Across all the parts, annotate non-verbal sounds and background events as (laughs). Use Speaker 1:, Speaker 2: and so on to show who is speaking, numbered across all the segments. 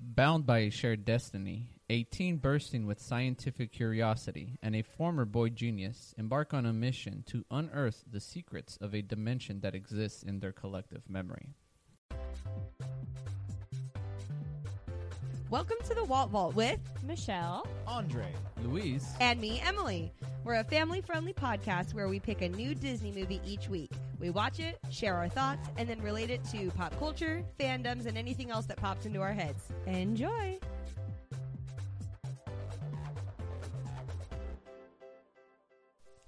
Speaker 1: bound by a shared destiny, a teen bursting with scientific curiosity and a former boy genius embark on a mission to unearth the secrets of a dimension that exists in their collective memory.
Speaker 2: Welcome to the Walt Vault with
Speaker 3: Michelle.
Speaker 4: Andre.
Speaker 1: Louise,
Speaker 2: and me, Emily. We're a family friendly podcast where we pick a new Disney movie each week. We watch it, share our thoughts, and then relate it to pop culture, fandoms, and anything else that pops into our heads. Enjoy!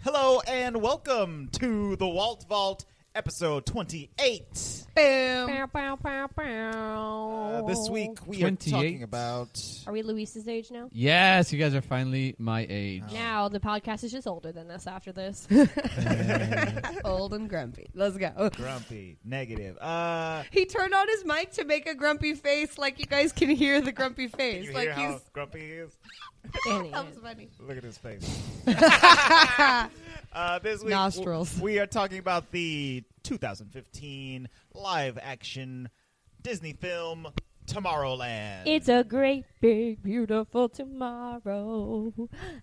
Speaker 4: Hello and welcome to the Walt Vault, episode 28.
Speaker 2: Boom!
Speaker 4: Uh, this week we are
Speaker 1: 28.
Speaker 4: talking about.
Speaker 3: Are we Luis's age now?
Speaker 1: yes, you guys are finally my age.
Speaker 3: Now the podcast is just older than us after this.
Speaker 2: Old and grumpy. Let's go.
Speaker 4: Grumpy, negative. Uh,
Speaker 2: He turned on his mic to make a grumpy face, like you guys can hear the grumpy
Speaker 4: you
Speaker 2: face.
Speaker 4: hear
Speaker 2: like
Speaker 4: how
Speaker 2: he's.
Speaker 4: grumpy he is?
Speaker 2: That was
Speaker 3: Idiot.
Speaker 2: funny.
Speaker 4: Look at
Speaker 2: (laughs)
Speaker 4: his face. Uh, this week
Speaker 2: Nostrils.
Speaker 4: w- we are talking about the 2015 live-action Disney film Tomorrowland.
Speaker 3: it's a great, big, beautiful tomorrow,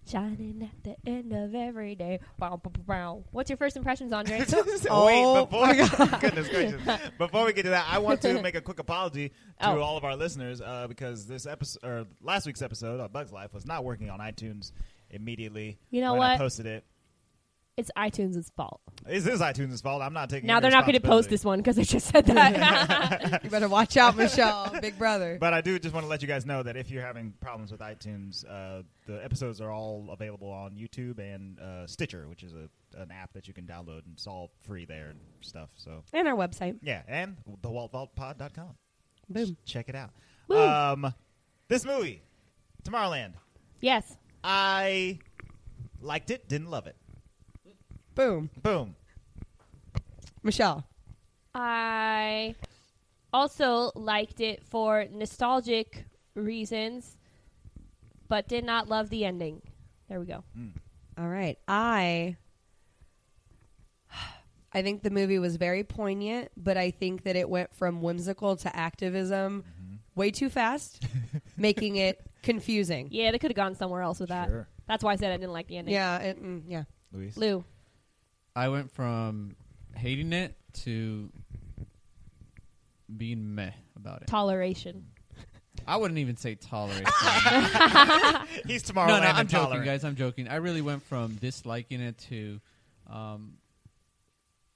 Speaker 3: shining at the end of every day. Bow, bow, bow, bow. What's your first impressions,
Speaker 4: (laughs)
Speaker 3: Andre?
Speaker 4: Wait,
Speaker 3: Oh
Speaker 4: before (laughs) goodness gracious, before we get to that, I want
Speaker 3: (laughs)
Speaker 4: to make a quick apology to
Speaker 3: Oh.
Speaker 4: all of our listeners uh, because this episode or last week's episode of Bugs Life was not working on iTunes immediately.
Speaker 3: You know
Speaker 4: when I
Speaker 3: what?
Speaker 4: posted it.
Speaker 3: it's iTunes' fault.
Speaker 4: This is iTunes' fault. I'm not taking.
Speaker 3: Now
Speaker 4: any
Speaker 3: they're not going to
Speaker 4: responsibility.
Speaker 3: post this one because I just
Speaker 4: (laughs)
Speaker 3: said that. (laughs)
Speaker 2: You better watch out, Michelle. Big brother.
Speaker 4: But I do just want to let you guys know that if you're having problems with iTunes, uh, the episodes are all available on YouTube and uh, Stitcher, which is a, an app that you can download and it's all free there and stuff. So
Speaker 2: (laughs) And our website.
Speaker 4: Yeah, and thewaltvaultpod.com.
Speaker 2: Boom.
Speaker 4: Check it out.
Speaker 3: Woo.
Speaker 4: Um, this movie, Tomorrowland,
Speaker 3: yes.
Speaker 4: I liked it, didn't love it.
Speaker 2: Boom.
Speaker 4: Boom.
Speaker 2: Michelle.
Speaker 3: I also liked it for nostalgic reasons, but did not love the ending. There we go.
Speaker 2: All right. I I think the movie was very poignant, but I think that it went from whimsical to activism way too fast, making it confusing.
Speaker 3: Yeah, they could have gone somewhere else with that.
Speaker 4: Sure.
Speaker 3: That's why I said I didn't like the ending.
Speaker 2: Yeah, it, mm, yeah.
Speaker 4: Luis.
Speaker 3: Lou,
Speaker 1: I went from hating it to being meh about it.
Speaker 3: toleration.
Speaker 1: I wouldn't even say tolerate.
Speaker 4: He's
Speaker 1: no,
Speaker 4: Tomorrowland
Speaker 1: no, I'm
Speaker 4: and
Speaker 1: joking,
Speaker 4: tolerant.
Speaker 1: guys. I'm joking. I really went from disliking it to um,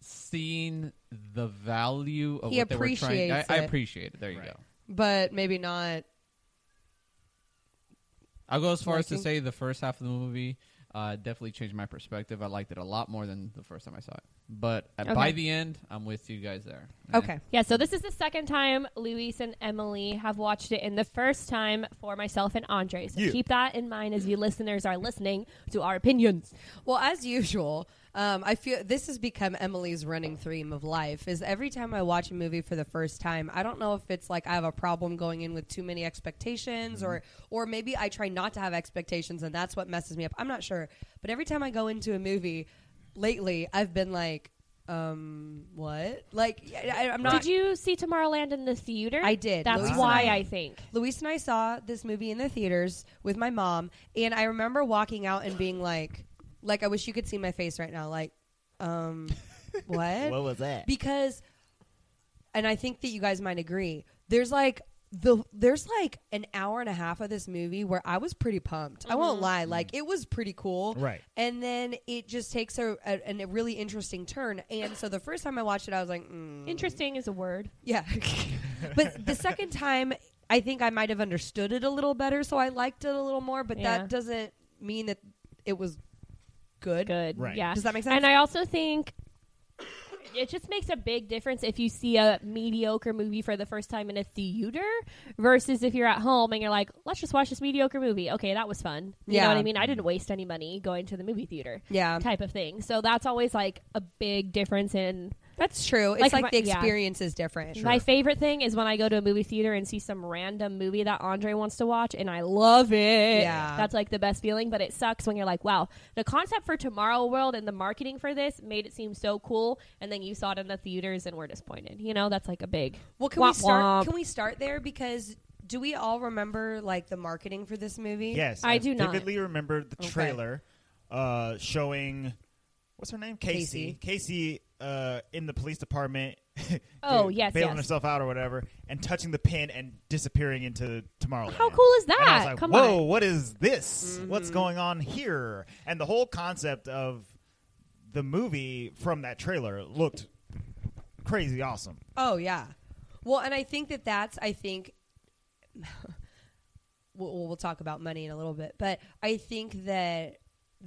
Speaker 1: seeing the value of
Speaker 2: He
Speaker 1: what they were trying. I,
Speaker 2: appreciates
Speaker 1: I
Speaker 2: it.
Speaker 1: appreciate it. There you
Speaker 4: Right.
Speaker 1: go.
Speaker 2: But maybe not.
Speaker 1: I'll go as far as to
Speaker 2: Liking.
Speaker 1: say the first half of the movie uh, definitely changed my perspective. I liked it a lot more than the first time I saw it. But uh,
Speaker 3: Okay.
Speaker 1: by the end, I'm with you guys there.
Speaker 2: Okay.
Speaker 3: Yeah, so this is the second time Luis and Emily have watched it, and the first time for myself and Andre. So
Speaker 4: Yeah.
Speaker 3: keep that in mind as you listeners are listening to our opinions.
Speaker 2: Well, as usual, um, I feel this has become Emily's running theme of life. Is every time I watch a movie for the first time, I don't know if it's like I have a problem going in with too many expectations, or
Speaker 3: Mm-hmm.
Speaker 2: or maybe I try not to have expectations, and that's what messes me up. I'm not sure, but every time I go into a movie lately, I've been like, um, what? Like, I, I- I'm not.
Speaker 3: Did you see Tomorrowland in the theater?
Speaker 2: I did.
Speaker 3: That's
Speaker 2: Luis and
Speaker 3: why
Speaker 4: I-
Speaker 3: I think.
Speaker 2: Luis and I saw this movie in the theaters with my mom, and I remember walking out and being like, like I wish you could see my face right now, like, um, what?
Speaker 4: was that?
Speaker 2: because, and I think that you guys might agree. There's like the there's like an hour and a half of this movie where I was pretty pumped. I won't lie, like it was pretty cool,
Speaker 4: Right.
Speaker 2: And then it just takes a, a, an- a really interesting turn. And so the first time I watched it, I was like, mm,
Speaker 3: Interesting is a word.
Speaker 2: yeah. (laughs) but the second time, I think I might have understood it a little better, so I liked it a little more, but
Speaker 3: Yeah.
Speaker 2: that doesn't mean that it was good.
Speaker 3: good.
Speaker 4: Right.
Speaker 3: Yeah.
Speaker 2: Does that make sense?
Speaker 3: And I also think it just makes a big difference if you see a mediocre movie for the first time in a theater versus if you're at home and you're like, let's just watch this mediocre movie. Okay, that was fun. You
Speaker 2: Yeah.
Speaker 3: know what I mean? I didn't waste any money going to the movie theater
Speaker 2: Yeah.
Speaker 3: type of thing. So that's always like a big difference in
Speaker 2: That's true. It's
Speaker 3: Like
Speaker 2: like,
Speaker 3: my-
Speaker 2: the
Speaker 3: yeah.
Speaker 2: experience is different.
Speaker 3: my favorite thing is when I go to a movie theater and see some random movie that Andre wants to watch, and I love it.
Speaker 2: Yeah.
Speaker 3: that's like the best feeling. But it sucks when you're like, wow, the concept for Tomorrow World and the marketing for this made it seem so cool, and then you saw it in the theaters and were disappointed. You know, that's like a big.
Speaker 2: Well, can we
Speaker 3: womp
Speaker 2: start
Speaker 3: womp.
Speaker 2: can we start there because do we all remember like the marketing for this movie?
Speaker 4: Yes,
Speaker 3: I do not.
Speaker 4: vividly remember the
Speaker 2: Okay.
Speaker 4: trailer uh, showing what's her name, Casey.
Speaker 2: Casey.
Speaker 4: Casey uh, in the police department. (laughs)
Speaker 3: Oh, yes,
Speaker 4: bailing
Speaker 3: yes.
Speaker 4: herself out or whatever, and touching the pin and disappearing into Tomorrowland.
Speaker 3: How cool is
Speaker 4: And I was
Speaker 3: that?
Speaker 4: like,
Speaker 3: Come
Speaker 4: whoa,
Speaker 3: on." Mm-hmm.
Speaker 4: what is this? What's going on here? And the whole concept of the movie from that trailer looked crazy awesome.
Speaker 2: Oh yeah. Well, and I think that that's I think we'll, we'll talk about money in a little bit, but I think that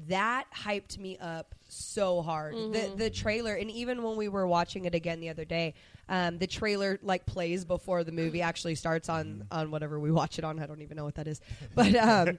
Speaker 2: that hyped me up so hard. The the trailer, and even when we were watching it again the other day, um, the trailer like plays before the movie actually starts on on whatever we watch it on. I don't even know what that is, but. Um,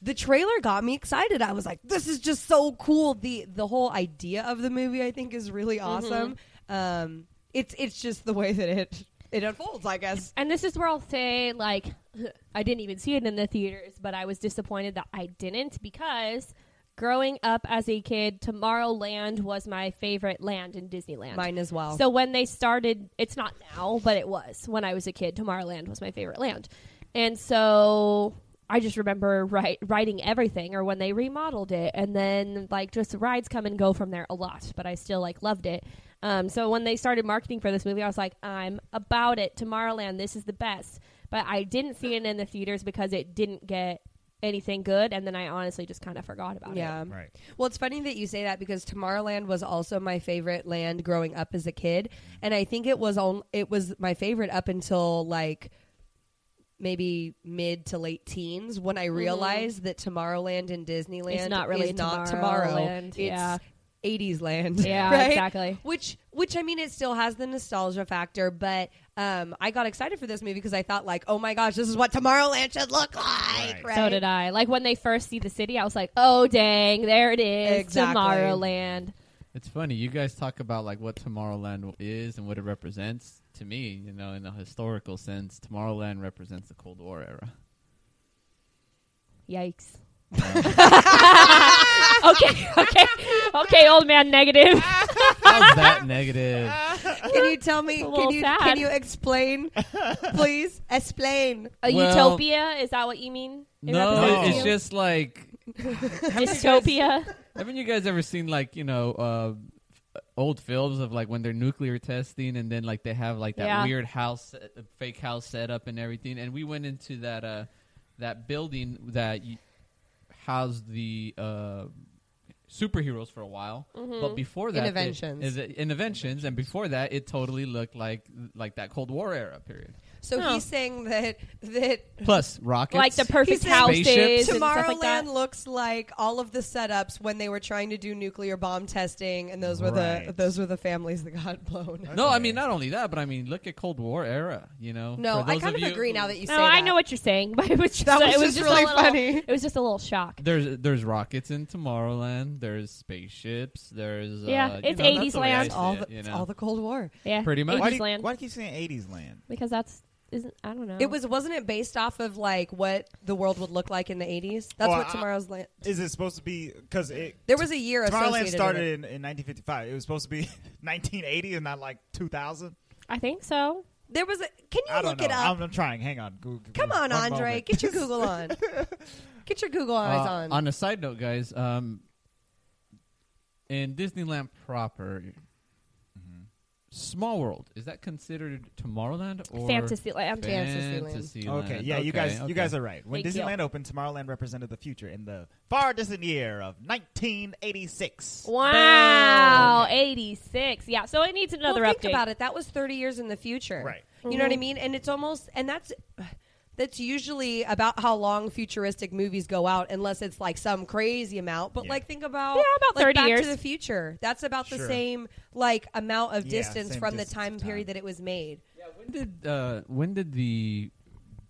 Speaker 2: The trailer got me excited. I was like, "This is just so cool." the The whole idea of the movie, I think, is really awesome. Um, it's it's just the way that it it unfolds, I guess.
Speaker 3: And this is where I'll say, like, (laughs) I didn't even see it in the theaters, but I was disappointed that I didn't because growing up as a kid, Tomorrowland was my favorite land in Disneyland.
Speaker 2: Mine as well.
Speaker 3: So when they started, it's not now, but it was when I was a kid. Tomorrowland was my favorite land, and so I just remember write, writing everything, or when they remodeled it, and then like just rides come and go from there a lot. But I still like loved it. Um, so when they started marketing for this movie, I was like, I'm about it. Tomorrowland, this is the best. But I didn't see it in the theaters because it didn't get anything good, and then I honestly just kind of forgot about
Speaker 2: yeah.
Speaker 3: it.
Speaker 4: Right.
Speaker 2: Well, it's funny that you say that because Tomorrowland was also my favorite land growing up as a kid, and I think it was on it was my favorite up until like maybe mid to late teens when I realized that Tomorrowland and Disneyland
Speaker 3: Mm-hmm. It's not really
Speaker 2: is not
Speaker 3: Tomorrowland,
Speaker 2: Tomorrow.
Speaker 3: yeah.
Speaker 2: It's 80s land. (laughs)
Speaker 3: Yeah,
Speaker 2: right?
Speaker 3: exactly.
Speaker 2: Which, which I mean, it still has the nostalgia factor, but um, I got excited for this movie because I thought, like, oh my gosh, this is what Tomorrowland should look like. Right.
Speaker 4: Right.
Speaker 3: So did I. Like when they first see the city, I was like, "Oh dang, there it is,
Speaker 2: Exactly.
Speaker 3: Tomorrowland."
Speaker 1: It's funny. You guys talk about like what Tomorrowland is and what it represents. To me, you know, in a historical sense, Tomorrowland represents the Cold War
Speaker 2: (laughs)
Speaker 1: era.
Speaker 3: Yikes. (laughs) okay, okay, okay, old man.
Speaker 2: (laughs)
Speaker 3: Negative.
Speaker 1: How's that negative?
Speaker 2: Can you tell me?
Speaker 3: It's a
Speaker 2: Can
Speaker 3: little
Speaker 2: you
Speaker 3: sad.
Speaker 2: can
Speaker 1: (laughs)
Speaker 2: you explain, please? Explain.
Speaker 3: A
Speaker 1: Well-
Speaker 3: utopia is that what you mean? It
Speaker 1: No,
Speaker 3: represents
Speaker 1: it's
Speaker 4: you?
Speaker 1: just like
Speaker 3: dystopia.
Speaker 1: haven't you guys ever seen like you know uh, f- old films of like when they're nuclear testing and then like they have like that
Speaker 3: Yeah.
Speaker 1: weird house, uh, fake house setup and everything? And we went into that uh, that building that y- housed the uh, superheroes for a while,
Speaker 3: Mm-hmm.
Speaker 1: but before that, they-
Speaker 2: Interventions.
Speaker 1: is it- interventions, and before that, it totally looked like like that Cold War era period.
Speaker 2: So
Speaker 3: No.
Speaker 2: he's saying that that
Speaker 1: Plus rockets,
Speaker 3: like the perfect
Speaker 2: He said
Speaker 3: houses and
Speaker 1: spaceships.
Speaker 3: stuff like
Speaker 2: Tomorrowland
Speaker 3: that.
Speaker 2: looks like all of the setups when they were trying to do nuclear bomb testing, and those were the
Speaker 4: Right.
Speaker 2: those were the families that got (laughs) blown.
Speaker 1: No, I
Speaker 4: Okay.
Speaker 1: mean not only that, but I mean look at Cold War era. You know,
Speaker 2: No,
Speaker 1: For
Speaker 2: I
Speaker 1: those
Speaker 2: kind of
Speaker 1: you
Speaker 2: agree
Speaker 1: who-
Speaker 2: now that you say
Speaker 3: No, I
Speaker 2: that.
Speaker 3: know what you're saying, but it was just
Speaker 2: That was
Speaker 3: it was
Speaker 2: just
Speaker 3: just
Speaker 2: really
Speaker 3: a little,
Speaker 2: funny.
Speaker 3: It was just a little shock.
Speaker 1: There's there's rockets in Tomorrowland. There's spaceships. There's
Speaker 3: Yeah,
Speaker 1: uh, you
Speaker 3: it's
Speaker 1: know, that's
Speaker 3: 80s
Speaker 1: the way I
Speaker 3: land.
Speaker 1: see
Speaker 2: all
Speaker 1: it,
Speaker 2: the
Speaker 1: you
Speaker 2: it's
Speaker 1: know.
Speaker 2: all the Cold War.
Speaker 3: Yeah,
Speaker 1: Pretty much.
Speaker 4: Why
Speaker 3: 80s
Speaker 4: do, you,
Speaker 3: land
Speaker 4: why do you keep saying 80s land?
Speaker 3: because that's isn't I don't know.
Speaker 2: It was wasn't it based off of like what the world would look like in the eighties? That's
Speaker 4: Well,
Speaker 2: what
Speaker 4: I-
Speaker 2: tomorrow's land.
Speaker 4: Is it supposed to be because it
Speaker 2: There was a year
Speaker 4: Tomorrowland
Speaker 2: associated.
Speaker 4: started
Speaker 2: with it.
Speaker 4: in, in 1955. It was supposed to be (laughs) 1980 and not like 2000.
Speaker 3: I think so.
Speaker 2: There was a. Can you
Speaker 4: I don't
Speaker 2: look
Speaker 4: know.
Speaker 2: it up?
Speaker 4: I'm, I'm trying. Hang on. Go- go-
Speaker 2: Come on,
Speaker 4: Mm, one
Speaker 2: Andre,
Speaker 4: moment.
Speaker 2: get
Speaker 4: (laughs)
Speaker 2: your Google on. get your Google eyes
Speaker 1: Uh,
Speaker 2: on.
Speaker 1: a side note, guys, um, in Disneyland proper,
Speaker 4: Mm-hmm.
Speaker 1: Small World is that considered Tomorrowland or
Speaker 3: Fantasy land.
Speaker 2: Fantasyland.
Speaker 1: Fantasyland.
Speaker 4: Okay, yeah, you
Speaker 1: Okay,
Speaker 4: guys,
Speaker 1: okay.
Speaker 4: you guys are right. When
Speaker 3: Big deal.
Speaker 4: Disneyland opened, Tomorrowland represented the future in the far distant year of 1986.
Speaker 3: Wow, 86. Yeah, so it needs another
Speaker 2: well,
Speaker 3: update.
Speaker 2: think about it. That was 30 years in the future.
Speaker 4: Right.
Speaker 2: You know what I mean? And it's almost and that's that's usually about how long futuristic movies go out unless it's like some crazy amount. But
Speaker 4: Yeah.
Speaker 2: like think about
Speaker 3: Yeah, about
Speaker 2: like,
Speaker 3: 30
Speaker 2: Back
Speaker 3: years.
Speaker 2: to the future. That's about the
Speaker 4: Sure.
Speaker 2: same like amount of
Speaker 4: Yeah,
Speaker 2: distance
Speaker 4: same
Speaker 2: from the
Speaker 4: distance of
Speaker 2: time period
Speaker 4: time.
Speaker 2: that it was made.
Speaker 1: Yeah, when did uh, when did the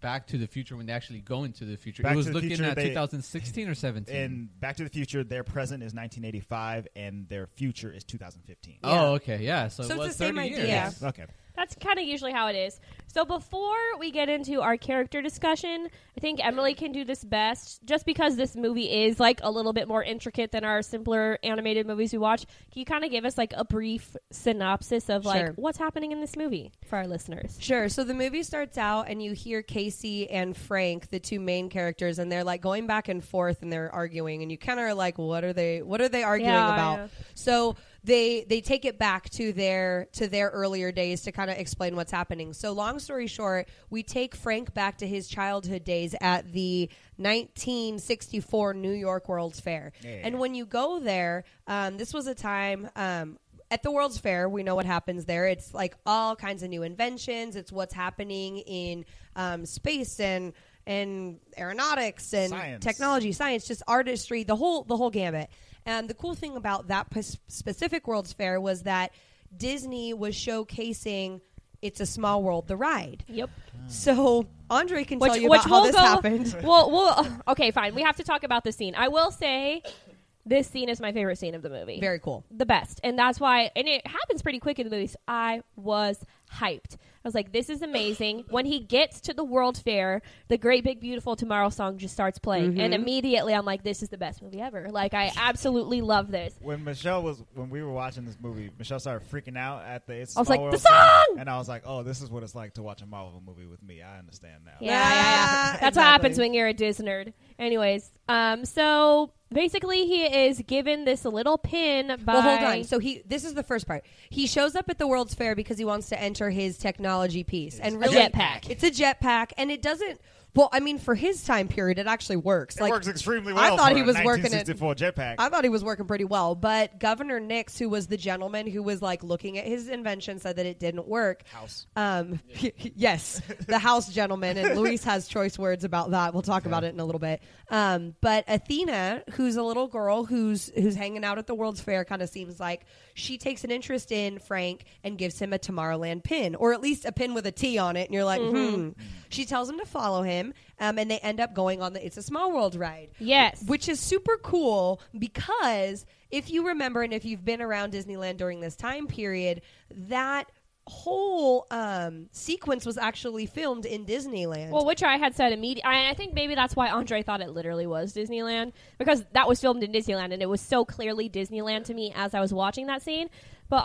Speaker 1: Back to the Future when they actually go into the future?
Speaker 4: Back
Speaker 1: it was
Speaker 4: to the
Speaker 1: looking
Speaker 4: Future,
Speaker 1: at
Speaker 4: they-
Speaker 1: 2016 or 17.
Speaker 4: In Back to the Future, their present is 1985 and their future is 2015.
Speaker 1: Oh, okay, yeah. So, it
Speaker 2: So it's
Speaker 1: was
Speaker 2: the same
Speaker 1: 30 years.
Speaker 2: idea.
Speaker 4: Okay.
Speaker 3: That's kind of usually how it is. So before we get into our character discussion, I think Emily can do this best just because this movie is like a little bit more intricate than our simpler animated movies we watch. Can you kind of give us like a brief synopsis of like
Speaker 2: Sure.
Speaker 3: what's happening in this movie for our listeners?
Speaker 2: Sure. So the movie starts out, and you hear Casey and Frank, the two main characters, and they're like going back and forth, and they're arguing, and you kind of are like, "What are they? What are they arguing
Speaker 3: Yeah,
Speaker 2: about?"
Speaker 3: yeah.
Speaker 2: So they they take it back to their to their earlier days to kind of explain what's happening. So long story short, we take Frank back to his childhood days at the 1964 New York World's Fair,
Speaker 4: Yeah.
Speaker 2: and when you go there, um, this was a time. Um, at the World's Fair, we know what happens there. It's like all kinds of new inventions. It's what's happening in um, space and and aeronautics and
Speaker 4: Science.
Speaker 2: technology, science, just artistry, the whole the whole gamut. And the cool thing about that p- specific World's Fair was that Disney was showcasing "It's a Small World" the ride.
Speaker 3: Yep.
Speaker 4: Ah.
Speaker 2: So Andre can tell you
Speaker 3: which
Speaker 2: about how
Speaker 3: we'll
Speaker 2: this
Speaker 3: go-
Speaker 2: happened.
Speaker 3: (laughs) Well, well, okay, fine. We have to talk about the scene. I will say this scene is my favorite scene of the movie.
Speaker 2: Very cool.
Speaker 3: the best. And that's why, and it happens pretty quick in the movies. I was hyped. I was like, this is amazing. When he gets to the World Fair, the Great Big Beautiful Tomorrow song just starts playing.
Speaker 2: Mm-hmm.
Speaker 3: And immediately I'm like, this is the best movie ever. Like, I absolutely love this.
Speaker 4: When Michelle was when we were watching this movie, Michelle started freaking out at the. It's a
Speaker 3: I was
Speaker 4: Small
Speaker 3: like,
Speaker 4: World
Speaker 3: "The
Speaker 4: scene,"
Speaker 3: song!
Speaker 4: and I was like, "Oh, this is what it's like to watch a Marvel movie with me." I understand now.
Speaker 3: Yeah, yeah, yeah.
Speaker 2: Ah,
Speaker 3: That's
Speaker 2: exactly.
Speaker 3: what happens when you're a Disney nerd. Anyways, um, so basically he is given this little pin by.
Speaker 2: Well, hold on. So he this is the first part. He shows up at the World's Fair because he wants to enter his technology piece and really
Speaker 3: jetpack.
Speaker 2: It's a jetpack, and it doesn't. Well, I mean, for his time period, it actually works.
Speaker 4: It works extremely
Speaker 2: I
Speaker 4: well.
Speaker 2: thought
Speaker 4: for
Speaker 2: he
Speaker 4: a
Speaker 2: was working it-
Speaker 4: 1964 jetpack.
Speaker 2: I thought he was working pretty well, but Governor Nix, who was the gentleman who was like looking at his invention, said that it didn't work.
Speaker 4: House.
Speaker 2: Um, (laughs) yes, the House gentleman, and Luis has choice words about that. We'll talk about it in a little bit. Um, but Athena, who's a little girl who's who's hanging out at the World's Fair, kind of seems like she takes an interest in Frank and gives him a Tomorrowland pin, or at least a pin with a T on it. And you're like, hmm. She tells him to follow him, um, and they end up going on the It's a Small World ride.
Speaker 3: Yes.
Speaker 2: Which is super cool because if you remember and if you've been around Disneyland during this time period, that whole um, sequence was actually filmed in Disneyland.
Speaker 3: Well, which I had said immediately, and I think maybe that's why Andre thought it literally was Disneyland because that was filmed in Disneyland, and it was so clearly Disneyland to me as I was watching that scene. But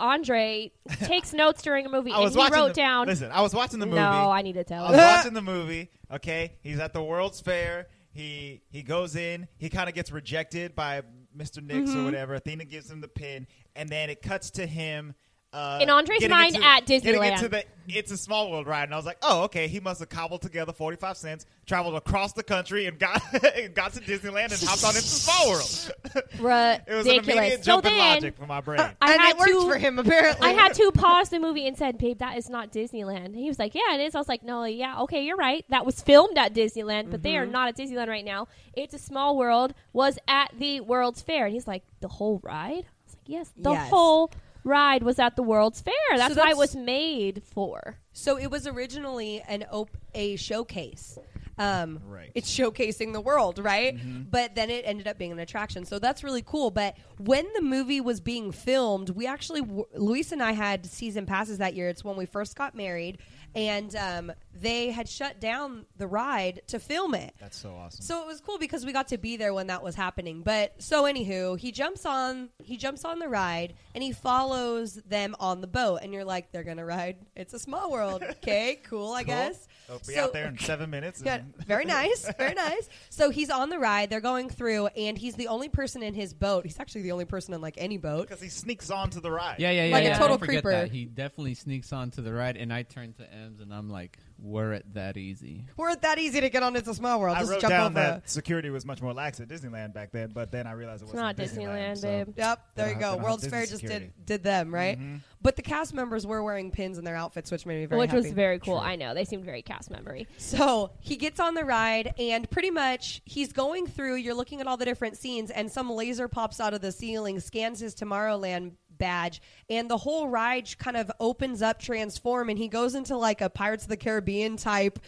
Speaker 4: (laughs)
Speaker 3: Andre takes notes during a movie,
Speaker 4: I
Speaker 3: and
Speaker 4: was
Speaker 3: he
Speaker 4: watching
Speaker 3: wrote
Speaker 4: the,
Speaker 3: down.
Speaker 4: Listen, I was watching the movie.
Speaker 3: no, I need to
Speaker 4: I (laughs)
Speaker 3: tell.
Speaker 4: was
Speaker 3: him.
Speaker 4: watching the movie. Okay, he's at the World's Fair. He he goes in. He kind of gets rejected by Mr. Nix
Speaker 3: Mm-hmm.
Speaker 4: or whatever. Athena gives him the pin, and then it cuts to him. Uh,
Speaker 3: In Andre's
Speaker 4: getting
Speaker 3: mind
Speaker 4: into-
Speaker 3: at
Speaker 4: getting
Speaker 3: Disneyland.
Speaker 4: into the it's a small world ride, and I was like, oh, okay. He must have cobbled together forty five cents, traveled across the country, and got (laughs) and got to Disneyland and hopped on into Small World. It was an
Speaker 3: Ridiculous.
Speaker 4: immediate
Speaker 3: so
Speaker 4: jump
Speaker 3: then
Speaker 4: in logic for my brain.
Speaker 3: I
Speaker 2: and
Speaker 3: had
Speaker 2: it worked
Speaker 3: to-
Speaker 2: for him apparently.
Speaker 3: I
Speaker 2: (laughs)
Speaker 3: had to pause the movie and said, "Babe, that is not Disneyland." And he was like, "Yeah, it is." I was like, "No, yeah, okay, you're right. That was filmed at Disneyland, but
Speaker 2: Mm-hmm.
Speaker 3: they are not at Disneyland right now. It's a small world. Was at the World's Fair." And he's like, "The whole ride?" I was like, "Yes, the
Speaker 2: Yes.
Speaker 3: whole ride was at the World's Fair. That's, why
Speaker 2: that's-
Speaker 3: it was made for."
Speaker 2: so it was originally an op- a showcase. Um,
Speaker 4: Right.
Speaker 2: It's showcasing the world, right? But then it ended up being an attraction. So that's really cool. But when the movie was being filmed, we actually, w- Luis and I had season passes that year. It's when we first got married. And um, they had shut down the ride to film it.
Speaker 4: That's so awesome.
Speaker 2: So it was cool because we got to be there when that was happening. But so anywho, he jumps on he jumps on the ride and he follows them on the boat and you're like, they're gonna ride. It's a small
Speaker 4: (laughs)
Speaker 2: world. Okay, cool, I
Speaker 4: Cool.
Speaker 2: guess.
Speaker 4: I'll be
Speaker 2: So-
Speaker 4: out there in seven minutes.
Speaker 2: (laughs) yeah,
Speaker 4: and- (laughs)
Speaker 2: very nice, very nice. So he's on the ride. They're going through, and he's the only person in his boat. He's actually the only person in like any boat.
Speaker 4: because he sneaks onto the ride.
Speaker 1: Yeah, yeah, yeah.
Speaker 2: Like a
Speaker 1: yeah.
Speaker 2: total
Speaker 1: Don't forget
Speaker 2: creeper.
Speaker 1: That. He definitely sneaks onto the ride, and I turn to Ems and I'm like, "Were it that easy?"
Speaker 2: Were it that easy to get on? It's a small world.
Speaker 4: I
Speaker 2: Just
Speaker 4: wrote
Speaker 2: jump
Speaker 4: down
Speaker 2: over.
Speaker 4: that security was much more lax at Disneyland back then, but then I realized it
Speaker 3: It's
Speaker 4: wasn't
Speaker 3: not Disneyland,
Speaker 4: so-
Speaker 3: babe.
Speaker 2: Yep, there
Speaker 4: They
Speaker 2: you
Speaker 4: don't have-
Speaker 2: go.
Speaker 4: they don't
Speaker 2: World's
Speaker 4: have
Speaker 2: Fair just
Speaker 4: business security. Mm-hmm.
Speaker 2: did did them right, but the cast members were wearing pins in their outfits, which made me very
Speaker 3: Which
Speaker 2: happy.
Speaker 3: was very cool. I know. They seemed very cast memory.
Speaker 2: So he gets on the ride, and pretty much he's going through. You're looking at all the different scenes, and some laser pops out of the ceiling, scans his Tomorrowland badge, and the whole ride kind of opens up, transform, and he goes into like a Pirates of the Caribbean type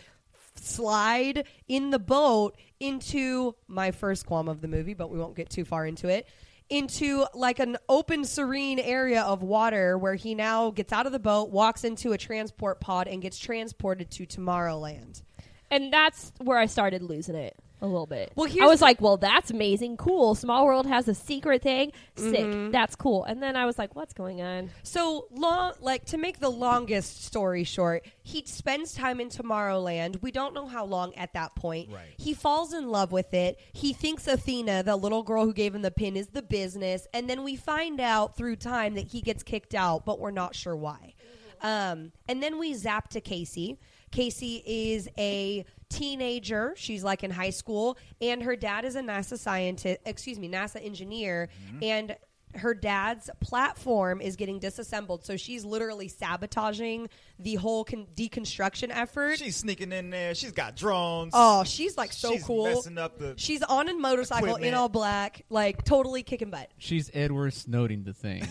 Speaker 2: slide in the boat into my first qualm of the movie, but we won't get too far into it. into like an open, serene area of water where he now gets out of the boat, walks into a transport pod, and gets transported to Tomorrowland.
Speaker 3: And that's where I started losing it a little bit.
Speaker 2: Well,
Speaker 3: I
Speaker 2: here's
Speaker 3: was
Speaker 2: the-
Speaker 3: like, well, that's amazing. Cool. Small World has a secret thing. Sick.
Speaker 2: Mm-hmm.
Speaker 3: That's cool. And then I was like, what's going on?
Speaker 2: So long, like to make the longest story short, he spends time in Tomorrowland. We don't know how long at that point.
Speaker 4: Right.
Speaker 2: He falls in love with it. He thinks Athena, the little girl who gave him the pin, is the business, and then we find out through time that he gets kicked out, but we're not sure why. Um, and then we zap to Casey. Casey is a teenager. She's like in high school, and her dad is a NASA scientist, excuse me, NASA engineer, and her dad's platform is getting disassembled. So she's literally sabotaging the whole con- deconstruction effort.
Speaker 4: She's sneaking in there. She's got drones.
Speaker 2: oh, she's like so
Speaker 4: She's
Speaker 2: cool.
Speaker 4: Messing up the.
Speaker 2: She's on a motorcycle in
Speaker 4: Equipment.
Speaker 2: all black, like totally kicking
Speaker 4: (laughs)
Speaker 2: butt. (laughs)
Speaker 1: She's Edward Snowden the thing.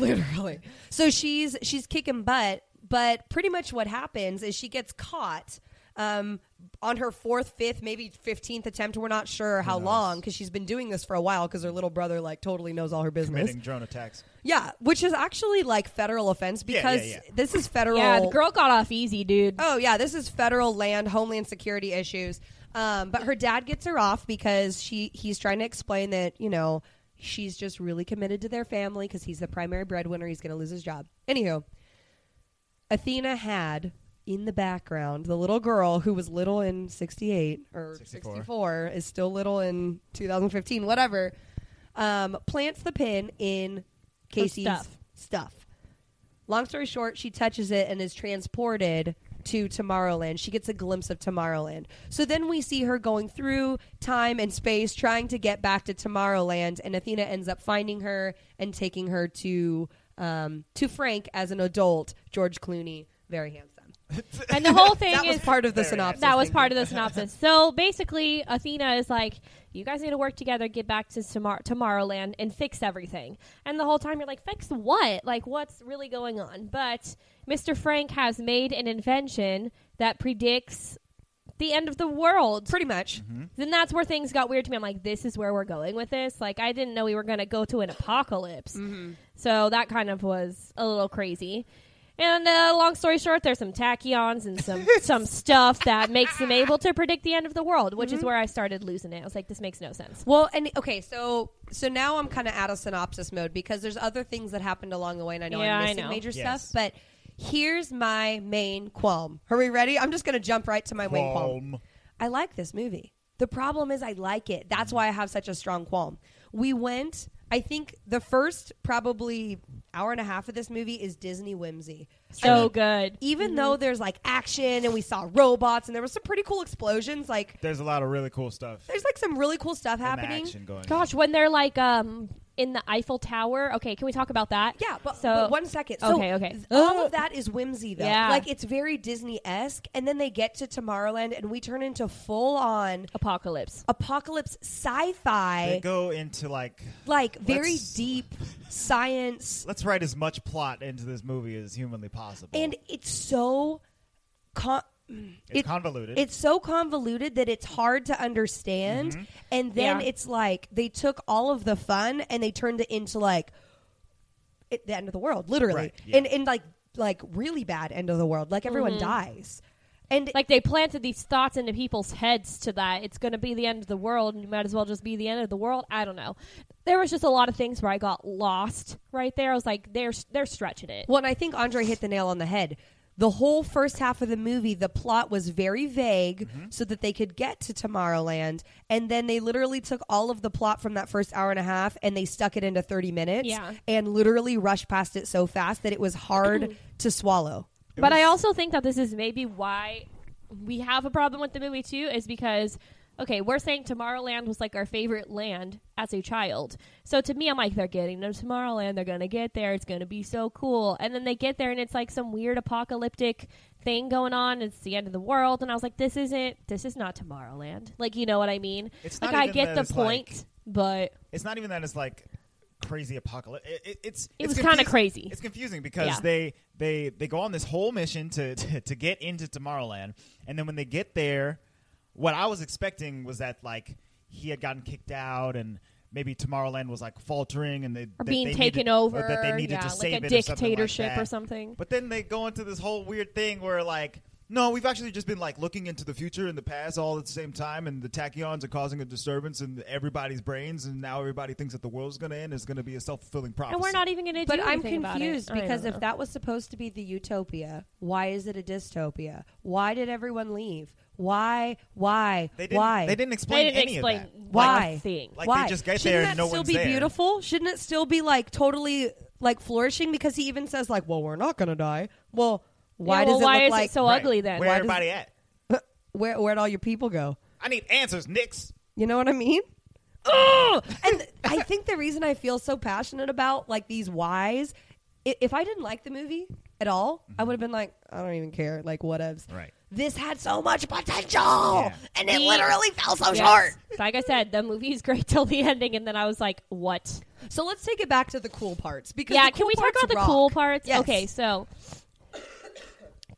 Speaker 2: literally. So she's she's kicking butt, but pretty much what happens is she gets caught um, on her fourth, fifth, maybe fifteenth attempt. We're not sure how
Speaker 4: knows?
Speaker 2: long because she's been doing this for a while because her little brother like totally knows all her business.
Speaker 4: committing drone attacks.
Speaker 2: Yeah, which is actually like federal offense
Speaker 4: Yeah, yeah,
Speaker 2: because
Speaker 4: yeah.
Speaker 2: this is federal.
Speaker 3: Yeah, the girl got off easy, dude.
Speaker 2: (laughs) Oh yeah, this is federal land, homeland security issues. Um, but her dad gets her off because she he's trying to explain that you know she's just really committed to their family because he's the primary breadwinner. He's going to lose his job. Anywho, Athena had in the background the little girl who was little in '68 or
Speaker 4: 64.
Speaker 2: '64 is still little in 2015, whatever. Um, plants the pin in Casey's
Speaker 3: stuff.
Speaker 2: stuff. Long story short, she touches it and is transported to Tomorrowland. She gets a glimpse of Tomorrowland. So then we see her going through time and space trying to get back to Tomorrowland, and Athena ends up finding her and taking her to um, to Frank as an adult, George Clooney, very handsome.
Speaker 3: And the whole thing
Speaker 2: That was
Speaker 3: is
Speaker 2: part of the
Speaker 4: Very
Speaker 2: synopsis.
Speaker 3: that was
Speaker 2: Thank (laughs)
Speaker 3: part of the synopsis. So basically, Athena is like, "You guys need to work together, get back to tomorrow, Tomorrowland, and fix everything." And the whole time, you're like, "Fix what? Like, what's really going on?" But Mr. Frank has made an invention that predicts the end of the world.
Speaker 2: you. Pretty much.
Speaker 3: Then that's where things got weird to me. I'm like, "This is where we're going with this." Like, I didn't know we were going to go to an apocalypse.
Speaker 2: Mm-hmm.
Speaker 3: So that kind of was a little crazy. And uh, long story short, there's some tachyons and
Speaker 2: (laughs)
Speaker 3: some some stuff that makes them able to predict the end of the world, which
Speaker 2: Mm-hmm.
Speaker 3: is where I started losing it. I was like, this makes no sense.
Speaker 2: Well, and okay, so so now I'm kind of out of synopsis mode because there's other things that happened along the way, and I know
Speaker 3: Yeah, I
Speaker 2: I'm missing
Speaker 3: know.
Speaker 2: major
Speaker 4: Yes.
Speaker 2: stuff. But here's my main qualm. Are we ready? I'm just going to jump right to my main qualm.
Speaker 4: Qualm.
Speaker 2: I like this movie. The problem is I like it. That's why I have such a strong qualm. We went. I think the first probably hour and a half of this movie is Disney whimsy. I
Speaker 3: So
Speaker 2: mean,
Speaker 3: good.
Speaker 2: Even though
Speaker 3: Mm-hmm.
Speaker 2: there's like action and we saw robots and there was some pretty cool explosions, like
Speaker 4: There's a lot of really cool stuff.
Speaker 2: there's like some really cool stuff
Speaker 4: and
Speaker 2: happening.
Speaker 4: Action going.
Speaker 3: Gosh, when they're like um in the Eiffel Tower. Okay, can we talk about that?
Speaker 2: Yeah, but,
Speaker 3: so
Speaker 2: but one second. So
Speaker 3: Okay, okay.
Speaker 2: th- All of that is whimsy, though.
Speaker 3: Yeah.
Speaker 2: Like it's very Disney esque, and then they get to Tomorrowland, and we turn into full on
Speaker 3: apocalypse.
Speaker 2: apocalypse
Speaker 4: They
Speaker 2: sci-fi,
Speaker 4: go into like
Speaker 2: like very
Speaker 4: Let's-
Speaker 2: deep science,
Speaker 4: let's write as much plot into this movie as humanly possible.
Speaker 2: and it's so con-
Speaker 4: it's
Speaker 2: it-
Speaker 4: convoluted. Mm-hmm.
Speaker 2: It's so convoluted that it's hard to understand. And then
Speaker 3: Yeah.
Speaker 2: it's like they took all of the fun and they turned it into like it, the end of the world, literally,
Speaker 4: Right, yeah.
Speaker 2: and and like like really bad end of the world. Like everyone dies, and
Speaker 3: Like they planted these thoughts into people's heads to that it's going to be the end of the world, and you might as well just be the end of the world. I don't know. There was just a lot of things where I got lost right there. I was like, they're they're stretching it.
Speaker 2: Well, and I think Andre hit the nail on the head. The whole first half of the movie, the plot was very vague so that they could get to Tomorrowland. And then they literally took all of the plot from that first hour and a half and they stuck it into 30 minutes
Speaker 3: Yeah.
Speaker 2: and literally rushed past it so fast that it was hard
Speaker 3: (clears throat)
Speaker 2: to swallow.
Speaker 3: But I also think that this is maybe why we have a problem with the movie too, is because okay, we're saying Tomorrowland was like our favorite land as a child. So to me, I'm like, they're getting to Tomorrowland, they're gonna get there, it's gonna be so cool. And then they get there, and it's like some weird apocalyptic thing going on. It's the end of the world, and I was like, this isn't, this is not Tomorrowland. Like, you know what I mean?
Speaker 4: It's
Speaker 3: like
Speaker 4: not
Speaker 3: I
Speaker 4: even
Speaker 3: get
Speaker 4: that
Speaker 3: the
Speaker 4: it's
Speaker 3: point, but
Speaker 4: it's not even that it's like crazy apocalypse. It, it- it's
Speaker 3: It
Speaker 4: it's
Speaker 3: was kinda
Speaker 4: confusing.
Speaker 3: crazy.
Speaker 4: It's confusing because
Speaker 3: Yeah.
Speaker 4: they they they go on this whole mission to, to to get into Tomorrowland, and then when they get there, what I was expecting was that like he had gotten kicked out and. maybe Tomorrowland was like faltering and they that
Speaker 3: Or being
Speaker 4: they
Speaker 3: taken
Speaker 4: needed,
Speaker 3: over.
Speaker 4: or that they needed
Speaker 3: yeah,
Speaker 4: to save
Speaker 3: like
Speaker 4: it or
Speaker 3: a
Speaker 4: something like
Speaker 3: dictatorship
Speaker 4: that.
Speaker 3: or something.
Speaker 4: But then they go into this whole weird thing where like, no, we've actually just been like looking into the future and the past all at the same time, and the tachyons are causing a disturbance in everybody's brains, and now everybody thinks that the world's going to end. It's going to be a self fulfilling prophecy.
Speaker 3: And we're not even going to do
Speaker 2: But I'm
Speaker 3: anything about it.
Speaker 2: confused
Speaker 3: I don't
Speaker 2: because if
Speaker 3: know.
Speaker 2: that was supposed to be the utopia, why is it a dystopia? Why did everyone leave? Why? Why?
Speaker 4: They didn't,
Speaker 2: why?
Speaker 4: They didn't explain
Speaker 3: they didn't
Speaker 4: any
Speaker 3: explain
Speaker 4: of that.
Speaker 3: one
Speaker 2: Why?
Speaker 3: thing.
Speaker 4: Like
Speaker 2: why?
Speaker 4: they just get
Speaker 2: Shouldn't
Speaker 4: there
Speaker 2: that
Speaker 4: and no
Speaker 2: still
Speaker 4: one's
Speaker 2: be
Speaker 4: there.
Speaker 2: beautiful? Shouldn't it still be like totally like flourishing? Because he even says like, "Well, we're not gonna die." Well, why
Speaker 3: Yeah, well,
Speaker 2: does it
Speaker 3: why
Speaker 2: look
Speaker 3: is
Speaker 2: like
Speaker 3: it
Speaker 2: (laughs)
Speaker 3: so
Speaker 4: Right.
Speaker 3: ugly then?
Speaker 4: Where
Speaker 3: Why does-
Speaker 4: everybody at?
Speaker 2: where where'd all your people go?
Speaker 4: I need answers, Nix.
Speaker 2: You know what I mean? and I think the reason I feel so passionate about like these whys, i- if I didn't like the movie at all, I would have been like, I don't even care, like whatevs.
Speaker 4: Mm-hmm. Right.
Speaker 2: This had so much potential,
Speaker 4: Yeah.
Speaker 2: and it
Speaker 3: Yeah.
Speaker 2: literally fell so
Speaker 3: Yes.
Speaker 2: short.
Speaker 3: Like I said, the movie is great (laughs) till the ending, and then I was like, "What?"
Speaker 2: So let's take it back to the cool parts. Because
Speaker 3: yeah,
Speaker 2: the
Speaker 3: can
Speaker 2: cool
Speaker 3: we talk
Speaker 2: parts
Speaker 3: about the
Speaker 2: rock.
Speaker 3: cool parts?
Speaker 2: Yes.
Speaker 3: Okay, so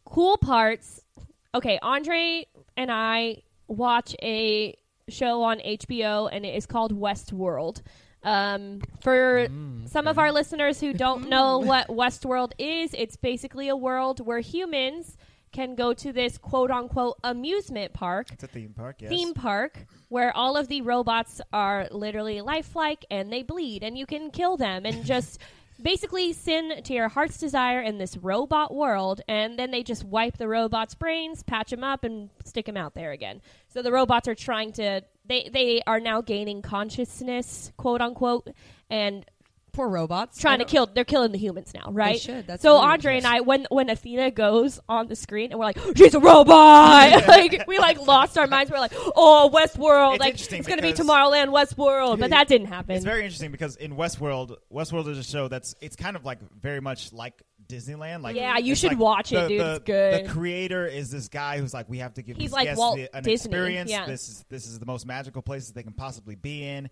Speaker 3: cool parts. Okay, Andre and I watch a show on HBO, and it is called Westworld. Um, for some of our listeners who don't know
Speaker 2: Mm.
Speaker 3: what Westworld is, it's basically a world where humans can go to this quote unquote amusement park
Speaker 4: It's a theme park, yes.
Speaker 3: theme park where all of the robots are literally lifelike and they bleed and you can kill them and just basically sin to your heart's desire in this robot world and then they just wipe the robots brains patch them up and stick them out there again so the robots are trying to they they are now gaining consciousness quote unquote and
Speaker 2: Poor robots.
Speaker 3: trying to kill they're killing the humans now right
Speaker 2: should. That's
Speaker 3: so
Speaker 2: rude.
Speaker 3: andre and i when when athena goes on the screen and we're like she's a robot (laughs) like we like lost our minds we're like oh westworld
Speaker 4: It's
Speaker 3: like
Speaker 4: interesting
Speaker 3: it's gonna be
Speaker 4: because-
Speaker 3: tomorrowland westworld but that didn't happen
Speaker 4: It's very interesting because in Westworld, Westworld is a show that's it's kind of like very much like Disneyland. Like
Speaker 3: Yeah, you
Speaker 4: it's
Speaker 3: should
Speaker 4: like
Speaker 3: watch it,
Speaker 4: the-
Speaker 3: dude.
Speaker 4: The,
Speaker 3: It's good.
Speaker 4: The creator is this guy who's like, we have to give
Speaker 3: He's
Speaker 4: these
Speaker 3: like
Speaker 4: guests
Speaker 3: Walt
Speaker 4: the, an
Speaker 3: Disney,
Speaker 4: experience.
Speaker 3: yeah.
Speaker 4: This is this is the most magical places they can possibly be in,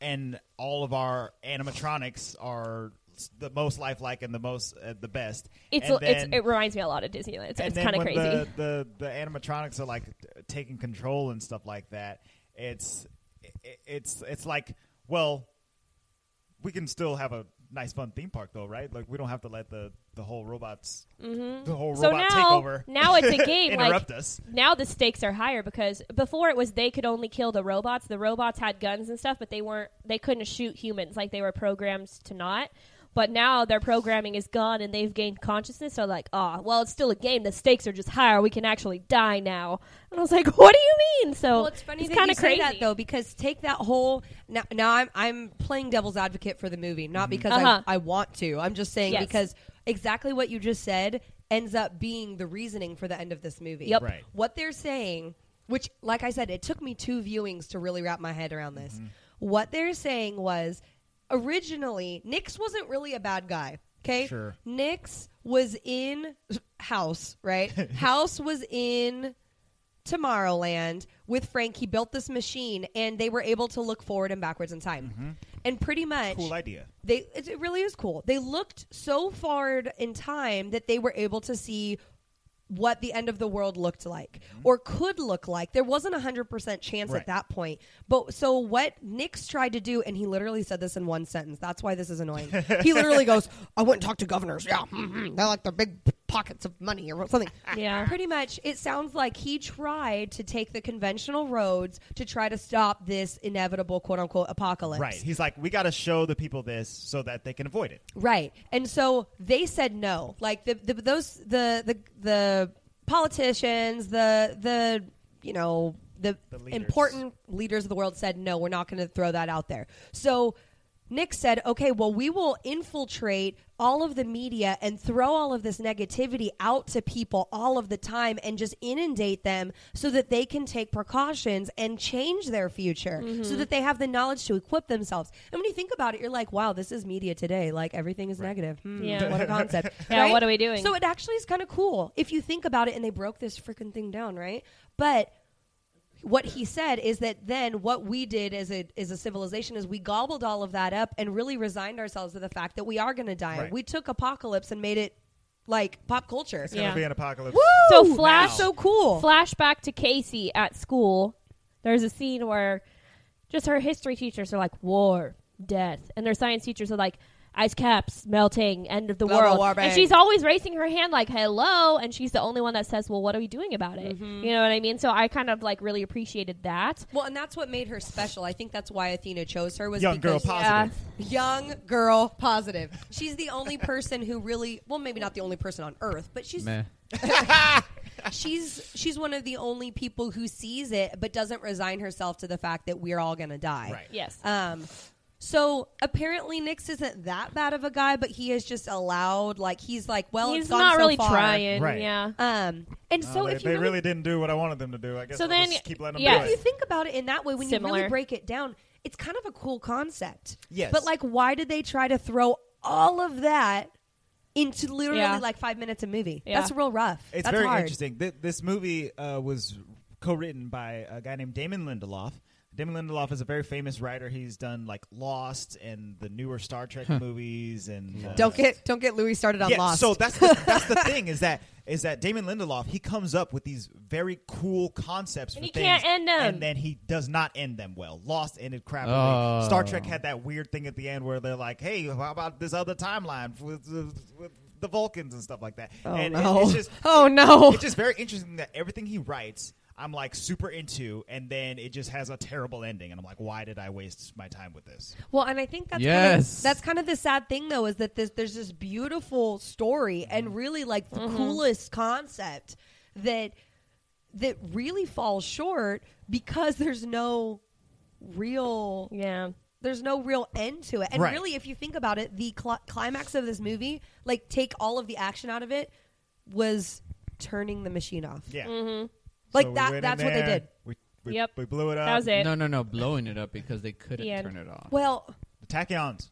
Speaker 4: and all of our animatronics are s- the most lifelike and the most uh, the best.
Speaker 3: it's,
Speaker 4: And
Speaker 3: it's
Speaker 4: then-
Speaker 3: it reminds me a lot of disneyland it's,
Speaker 4: and
Speaker 3: it's
Speaker 4: then
Speaker 3: kind of
Speaker 4: when
Speaker 3: crazy
Speaker 4: The, the the animatronics are like t- taking control and stuff like that. It's i- it's it's like well, we can still have a nice fun theme park though, right? Like we don't have to let the the whole robots the whole
Speaker 3: Mm-hmm. So
Speaker 4: robot
Speaker 3: now-
Speaker 4: takeover
Speaker 3: (laughs) now it's
Speaker 4: (laughs)
Speaker 3: a game, like-
Speaker 4: interrupt us.
Speaker 3: now the stakes are higher because before it was they could only kill the robots. The robots had guns and stuff, but they weren't they couldn't shoot humans like they were programmed to not. But now their programming is gone and they've gained consciousness. So like, ah, well, it's still a game. The stakes are just higher. We can actually die now. And I was like, (laughs) what do you mean? So
Speaker 2: Well, it's funny that
Speaker 3: kinda
Speaker 2: you
Speaker 3: crazy.
Speaker 2: say that though, because take that whole now. now I'm I'm playing devil's advocate for the movie, not because
Speaker 3: Uh-huh.
Speaker 2: I, I want to. I'm just saying
Speaker 3: Yes.
Speaker 2: because exactly what you just said ends up being the reasoning for the end of this movie.
Speaker 3: Yep.
Speaker 4: Right.
Speaker 2: What they're saying, which, like I said, it took me two viewings to really wrap my head around
Speaker 4: Mm-hmm.
Speaker 2: this. What they're saying was originally Nix wasn't really a bad guy. Okay.
Speaker 4: Sure.
Speaker 2: Nix was in House,
Speaker 4: (laughs)
Speaker 2: right? House was in Tomorrowland with Frank. He built this machine, and they were able to look forward and backwards in time. And pretty much,
Speaker 4: Mm-hmm. Cool idea.
Speaker 2: they it, it really is cool. They looked so far in time that they were able to see what the end of the world looked like or could look like. There wasn't a hundred percent chance
Speaker 4: Mm-hmm. Right.
Speaker 2: at that point. But so what Nix tried to do, and he literally said this in one sentence. That's why this is
Speaker 4: (laughs)
Speaker 2: annoying. he literally goes, "I went and talked to governors. Yeah, mhm. they're like the big pockets of money or something."
Speaker 3: Yeah.
Speaker 2: pretty much. It sounds like he tried to take the conventional roads to try to stop this inevitable quote unquote apocalypse.
Speaker 4: Right. He's like, we got to show the people this so that they can avoid it.
Speaker 2: Right. And so they said no. Like the, the those the the the politicians, the the you know, the,
Speaker 4: The leaders.
Speaker 2: important leaders of the world said no, we're not going to throw that out there. So Nick said, "Okay, well we will infiltrate all of the media and throw all of this negativity out to people all of the time and just inundate them so that they can take precautions and change their future
Speaker 3: Mm-hmm.
Speaker 2: so that they have the knowledge to equip themselves." And when you think about it, you're like, "Wow, this is media today. Like everything is negative." Hmm,
Speaker 3: Yeah. (laughs)
Speaker 2: What a concept.
Speaker 3: Yeah,
Speaker 2: right?
Speaker 3: what are we doing?
Speaker 2: So it actually is kind of cool if you think about it and they broke this freaking thing down, right? But what he said is that then what we did as a as a civilization is we gobbled all of that up and really resigned ourselves to the fact that we are going to die.
Speaker 4: Right.
Speaker 2: We took apocalypse and made it like pop culture.
Speaker 4: It's going
Speaker 3: Yeah.
Speaker 4: to be an apocalypse.
Speaker 3: So
Speaker 2: Woo!
Speaker 3: Flash-
Speaker 2: That's so cool.
Speaker 3: flashback to Casey at school. There's a scene where Just her history teachers are like war, death, and their science teachers are like ice caps melting, end of the
Speaker 2: Global
Speaker 3: world.
Speaker 2: warming.
Speaker 3: And she's always raising her hand like hello, and she's the only one that says, "Well, what are we doing about it?"
Speaker 2: Mm-hmm.
Speaker 3: You know what I mean? So I kind of like really appreciated that.
Speaker 2: Well, and that's what made her special. I think that's why Athena chose her was
Speaker 4: Young girl
Speaker 2: because
Speaker 4: positive.
Speaker 3: Yeah.
Speaker 2: young girl positive. She's the only person who really well, maybe not the only person on Earth, but she's
Speaker 1: Meh.
Speaker 2: she's she's one of the only people who sees it but doesn't resign herself to the fact that we're all gonna die.
Speaker 4: Right.
Speaker 3: Yes.
Speaker 2: Um, so apparently Nix isn't that bad of a guy, but he has just allowed like he's like, well,
Speaker 3: He's
Speaker 2: it's gone
Speaker 3: not
Speaker 2: so
Speaker 3: really
Speaker 2: far.
Speaker 3: trying.
Speaker 4: Right.
Speaker 3: Yeah.
Speaker 2: Um,
Speaker 3: And
Speaker 4: No,
Speaker 3: so
Speaker 4: they,
Speaker 3: if you
Speaker 4: Uh, they
Speaker 3: really,
Speaker 4: really didn't do what I wanted them to do. I guess
Speaker 3: So
Speaker 4: I'll
Speaker 3: then-
Speaker 4: just keep letting them
Speaker 3: yeah.
Speaker 4: do
Speaker 2: if
Speaker 4: it.
Speaker 2: you think about it in that way, when you
Speaker 3: Similar.
Speaker 2: really break it down, it's kind of a cool concept.
Speaker 4: Yes.
Speaker 2: But like, why did they try to throw all of that into literally
Speaker 3: Yeah.
Speaker 2: like five minutes of movie?
Speaker 3: Yeah.
Speaker 2: That's real rough.
Speaker 4: It's
Speaker 2: That's
Speaker 4: very
Speaker 2: hard.
Speaker 4: interesting. Th- this movie uh, was co-written by a guy named Damon Lindelof. Damon Lindelof is a very famous writer. He's done like Lost and the newer Star Trek movies, and uh,
Speaker 2: Don't get don't get Louis started on
Speaker 4: yeah.
Speaker 2: Lost.
Speaker 4: So that's the,
Speaker 2: (laughs)
Speaker 4: that's the thing is that is that Damon Lindelof he comes up with these very cool concepts
Speaker 3: And
Speaker 4: for
Speaker 3: he
Speaker 4: things,
Speaker 3: can't end them.
Speaker 4: and then he does not end them well. Lost ended crappily.
Speaker 1: Oh.
Speaker 4: Star Trek had that weird thing at the end where they're like, "Hey, how about this other timeline with, with the Vulcans and stuff like that?"
Speaker 2: oh
Speaker 4: and it-
Speaker 2: no!
Speaker 4: it's just
Speaker 2: (laughs) oh no!
Speaker 4: it's just very interesting that everything he writes I'm like super into, and then it just has a terrible ending, and I'm like, why did I waste my time with this?
Speaker 2: Well, and I think that's kind
Speaker 1: Yes.
Speaker 2: of, that's kind of the sad thing though is that this, there's this beautiful story
Speaker 4: Mm-hmm.
Speaker 2: and really like the
Speaker 3: Mm-hmm.
Speaker 2: coolest concept that that really falls short because there's no real
Speaker 3: yeah.
Speaker 2: there's no real end to it. And
Speaker 4: Right.
Speaker 2: really if you think about it, the cl- climax of this movie, like take all of the action out of it was turning the machine off.
Speaker 4: Yeah,
Speaker 2: Like
Speaker 4: So we went
Speaker 2: that
Speaker 4: in
Speaker 2: that's what they
Speaker 4: there,
Speaker 2: did.
Speaker 4: We, we,
Speaker 3: Mm-hmm. Yep.
Speaker 4: we blew it up.
Speaker 3: That was it.
Speaker 1: No, no, no, blowing it up because they couldn't
Speaker 3: The end.
Speaker 1: turn it off.
Speaker 2: Well,
Speaker 4: The Tachyons.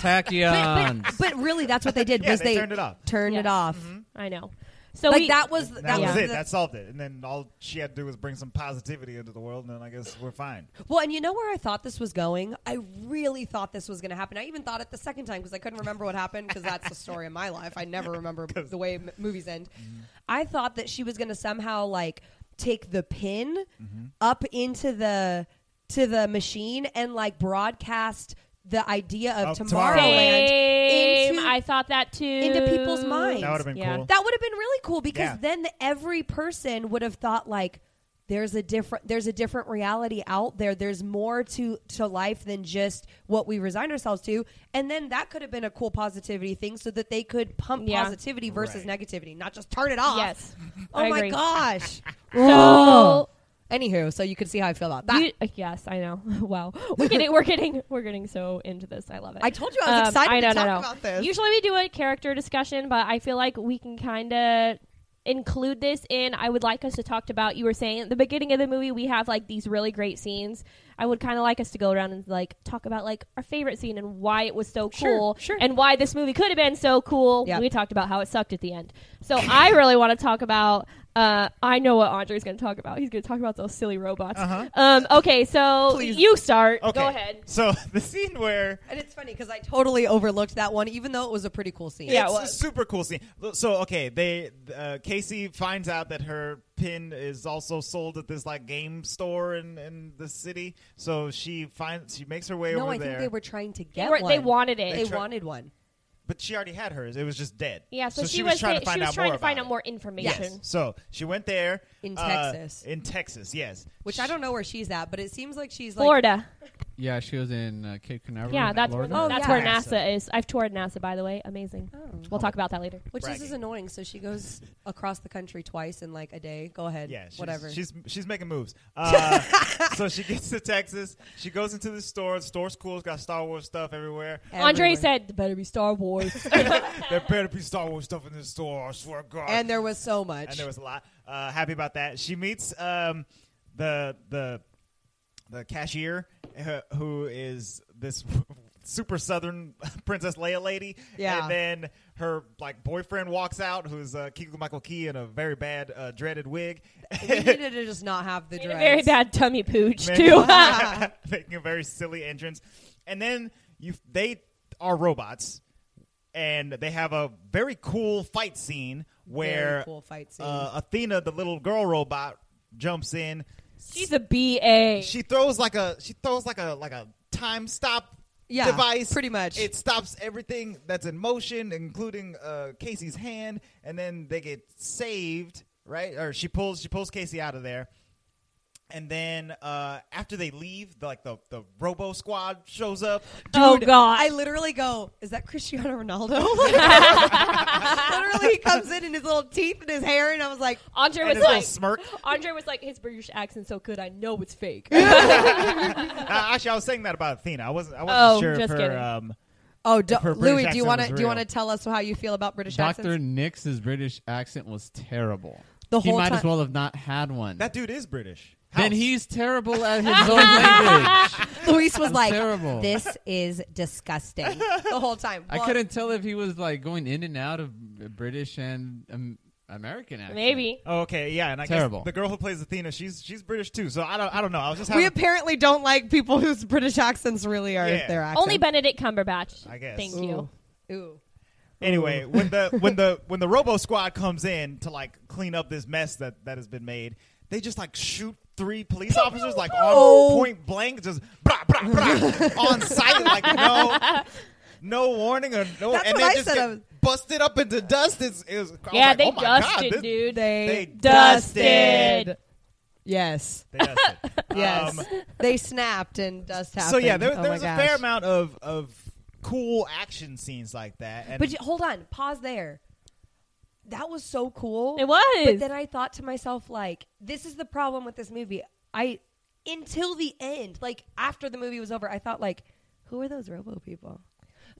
Speaker 1: Tachyons.
Speaker 2: (laughs) but, but really that's what they did
Speaker 4: (laughs) Yeah,
Speaker 2: was
Speaker 4: they
Speaker 2: they,
Speaker 4: turned it off. Mm-hmm.
Speaker 2: Turned it
Speaker 3: Yeah.
Speaker 2: off.
Speaker 3: I know. So
Speaker 2: like
Speaker 3: we,
Speaker 2: that was
Speaker 4: That,
Speaker 2: that,
Speaker 4: was,
Speaker 2: was
Speaker 4: it.
Speaker 2: the-
Speaker 4: That solved it. And then all she had to do was bring some positivity into the world, and then I guess we're fine.
Speaker 2: well, and you know where I thought this was going? I really thought this was going to happen. I even thought it the second time because I couldn't remember what happened because that's the story in my life. I never (laughs) remember the way m- movies end. I thought that she was going to somehow like take the pin up into the to the machine and like broadcast the idea of
Speaker 4: Of
Speaker 2: tomorrowland
Speaker 3: Same.
Speaker 2: into
Speaker 3: I thought that too.
Speaker 2: into people's minds.
Speaker 4: That would have been
Speaker 3: Yeah.
Speaker 4: cool.
Speaker 2: That would have been really cool because
Speaker 4: Yeah.
Speaker 2: then the- every person would have thought like there's a different there's a different reality out there. There's more to to life than just what we resign ourselves to. And then that could have been a cool positivity thing so that they could pump
Speaker 3: Yeah.
Speaker 2: positivity versus
Speaker 4: Right.
Speaker 2: negativity, not just turn it off.
Speaker 3: Yes.
Speaker 2: Oh
Speaker 3: I
Speaker 2: my
Speaker 3: agree.
Speaker 2: gosh.
Speaker 3: So
Speaker 2: (laughs) Anywho, so you can see how I feel about that.
Speaker 3: You- uh, yes, I know. (laughs) wow, we're getting we're getting we're getting so into this. I love it. Um,
Speaker 2: I told you I was excited to
Speaker 3: I know,
Speaker 2: talk
Speaker 3: no, no.
Speaker 2: about this.
Speaker 3: Usually we do a character discussion, but I feel like we can kind of include this in. I would like us to talk about. You were saying at the beginning of the movie we have like these really great scenes. I would kind of like us to go around and like talk about like our favorite scene and why it was so
Speaker 2: Sure,
Speaker 3: cool
Speaker 2: sure.
Speaker 3: and why this movie could have been so cool.
Speaker 2: Yeah.
Speaker 3: We talked about how it sucked at the end. So (laughs) I really want to talk about. Uh, I know what Andre's going to talk about. He's going to talk about those silly robots.
Speaker 4: Uh-huh.
Speaker 3: Um, okay, so
Speaker 2: Please.
Speaker 3: you start.
Speaker 4: Okay.
Speaker 3: Go ahead.
Speaker 4: So (laughs) the scene where
Speaker 2: and it's funny because I totally overlooked that one, even though it was a pretty cool scene.
Speaker 3: Yeah,
Speaker 4: it's
Speaker 3: it
Speaker 4: a
Speaker 3: was.
Speaker 4: super cool scene. Look, So okay, they uh, Casey finds out that her pin is also sold at this like game store in, in the city. So she finds she makes her way
Speaker 2: No,
Speaker 4: over
Speaker 2: I
Speaker 4: there.
Speaker 2: think they were trying to
Speaker 3: They,
Speaker 2: get
Speaker 3: were-
Speaker 2: one.
Speaker 3: they wanted it.
Speaker 2: they
Speaker 4: They try-
Speaker 2: wanted one.
Speaker 4: but she already had hers. It was just dead.
Speaker 3: yeah, so, she,
Speaker 4: she
Speaker 3: was,
Speaker 4: trying to
Speaker 3: she
Speaker 4: find
Speaker 3: was
Speaker 4: out
Speaker 3: trying
Speaker 4: more
Speaker 3: to find
Speaker 4: about
Speaker 3: out more
Speaker 4: it.
Speaker 3: information.
Speaker 4: Yes. So she went there
Speaker 2: In
Speaker 4: uh,
Speaker 2: Texas.
Speaker 4: in Texas, yes.
Speaker 2: Which
Speaker 4: She-
Speaker 2: I don't know where she's at, but it seems like she's like
Speaker 3: Florida.
Speaker 1: yeah, she was in uh, Cape Canaveral.
Speaker 3: yeah, that's
Speaker 1: Florida.
Speaker 3: where
Speaker 2: Oh,
Speaker 3: that's
Speaker 2: yeah.
Speaker 3: where
Speaker 4: NASA.
Speaker 3: NASA is. I've toured NASA, by the way. Amazing. We'll talk about that later.
Speaker 2: Which this is
Speaker 4: bragging.
Speaker 2: annoying. So she
Speaker 4: (laughs)
Speaker 2: goes across the country twice in like a day. Go ahead.
Speaker 4: Yeah, she's,
Speaker 2: whatever.
Speaker 4: She's she's
Speaker 2: (laughs)
Speaker 4: making moves. Uh, so she gets to Texas. She goes into the store. The store's cool. It's got Star Wars stuff everywhere.
Speaker 3: Andre
Speaker 2: Everywhere.
Speaker 3: said, "There "Better be Star Wars."
Speaker 2: (laughs)
Speaker 4: there better be Star Wars stuff in this store. I swear to God.
Speaker 2: and there was so much.
Speaker 4: and there was a lot. Uh, happy about that. She meets um, the the the cashier uh, who is this (laughs) super southern (laughs) Princess Leia lady.
Speaker 2: Yeah.
Speaker 4: and then her like boyfriend walks out, who's uh, Keegan Michael Key in a very bad uh, dreaded wig, (laughs)
Speaker 2: we needed to just not have the
Speaker 3: Made a
Speaker 2: dreads.
Speaker 3: (laughs) very bad
Speaker 4: (laughs)
Speaker 3: tummy pooch
Speaker 4: Man.
Speaker 3: too.
Speaker 4: making a very silly entrance, and then you they are robots. And they have a very cool fight scene
Speaker 2: Very
Speaker 4: where
Speaker 2: cool fight scene.
Speaker 4: uh, Athena, the little girl robot, jumps in,
Speaker 3: (laughs) She's a BA.
Speaker 4: She throws like a she throws like a like a time stop
Speaker 2: Yeah,
Speaker 4: device.
Speaker 2: pretty much.
Speaker 4: It stops everything that's in motion, including uh, Casey's hand, and then they get saved, right? Or she pulls she pulls Casey out of there. And then uh, after they leave, the, like the, the Robo Squad shows up.
Speaker 3: oh God!
Speaker 2: I literally go, is that Cristiano Ronaldo?
Speaker 4: (laughs)
Speaker 2: literally, he comes in and his little teeth and his hair, and I was like,
Speaker 3: Andre
Speaker 4: and
Speaker 3: was
Speaker 4: his little
Speaker 3: like, (laughs)
Speaker 4: smirk.
Speaker 3: Andre was like, his British accent's so good, I know it's fake.
Speaker 4: Uh, actually, I was saying that about Athena. I wasn't. I wasn't
Speaker 3: Oh,
Speaker 4: sure if
Speaker 3: just
Speaker 4: her.
Speaker 3: kidding.
Speaker 4: Um,
Speaker 2: oh, do,
Speaker 4: If her
Speaker 2: Louis,
Speaker 4: British
Speaker 2: do you
Speaker 4: accent
Speaker 2: want to
Speaker 4: was
Speaker 2: do you
Speaker 4: real.
Speaker 2: want to tell us how you feel about British
Speaker 1: Dr.
Speaker 2: accents?
Speaker 1: Nix's British accent was terrible.
Speaker 2: The
Speaker 1: he
Speaker 2: whole
Speaker 1: might as
Speaker 2: time-
Speaker 1: well have not had one.
Speaker 4: that dude is British.
Speaker 1: then
Speaker 4: House.
Speaker 1: he's terrible at
Speaker 3: (laughs)
Speaker 1: his own language.
Speaker 2: Luis was like,
Speaker 1: terrible.
Speaker 2: this is
Speaker 4: (laughs)
Speaker 2: disgusting the whole time.
Speaker 1: I
Speaker 2: Well,
Speaker 1: couldn't tell if he was like going in and out of British and um, American accent.
Speaker 3: (laughs) Maybe.
Speaker 4: Oh, okay, yeah, and I
Speaker 1: Terrible.
Speaker 4: guess the girl who plays Athena, she's she's British too. So I don't I don't know. I was just
Speaker 2: We
Speaker 4: having,
Speaker 2: apparently don't like people whose British accents really are
Speaker 4: Yeah.
Speaker 2: their accent.
Speaker 3: Only Benedict Cumberbatch.
Speaker 4: I guess.
Speaker 3: Thank you.
Speaker 2: Ooh. Ooh.
Speaker 4: anyway when the when the when the Robo Squad comes in to like clean up this mess that that has been made. They just like shoot three police officers like on
Speaker 2: Oh.
Speaker 4: point blank, just brah brah
Speaker 2: (laughs)
Speaker 4: brah on sight, like no. No warning or no,
Speaker 2: That's
Speaker 4: and
Speaker 2: what I
Speaker 4: they just
Speaker 2: said, I
Speaker 4: get
Speaker 2: was-
Speaker 4: busted up into dust. It's, it was, I was
Speaker 3: Yeah,
Speaker 4: like,
Speaker 3: they
Speaker 4: oh my
Speaker 3: dusted,
Speaker 4: God, this-
Speaker 3: dude.
Speaker 2: They
Speaker 3: dusted.
Speaker 2: Yes. (laughs)
Speaker 4: They dusted.
Speaker 2: Yes.
Speaker 3: (laughs)
Speaker 4: Um,
Speaker 2: they snapped and dust happened.
Speaker 4: So yeah, there,
Speaker 2: oh
Speaker 4: there
Speaker 2: my
Speaker 4: was a
Speaker 2: gosh.
Speaker 4: fair amount of of cool action scenes like that. And
Speaker 2: But you, hold on, pause there. That was so cool.
Speaker 3: It was.
Speaker 2: But then I thought to myself, like, this is the problem with this movie. I until the end, like after the movie was over, I thought like, who are those Robo people?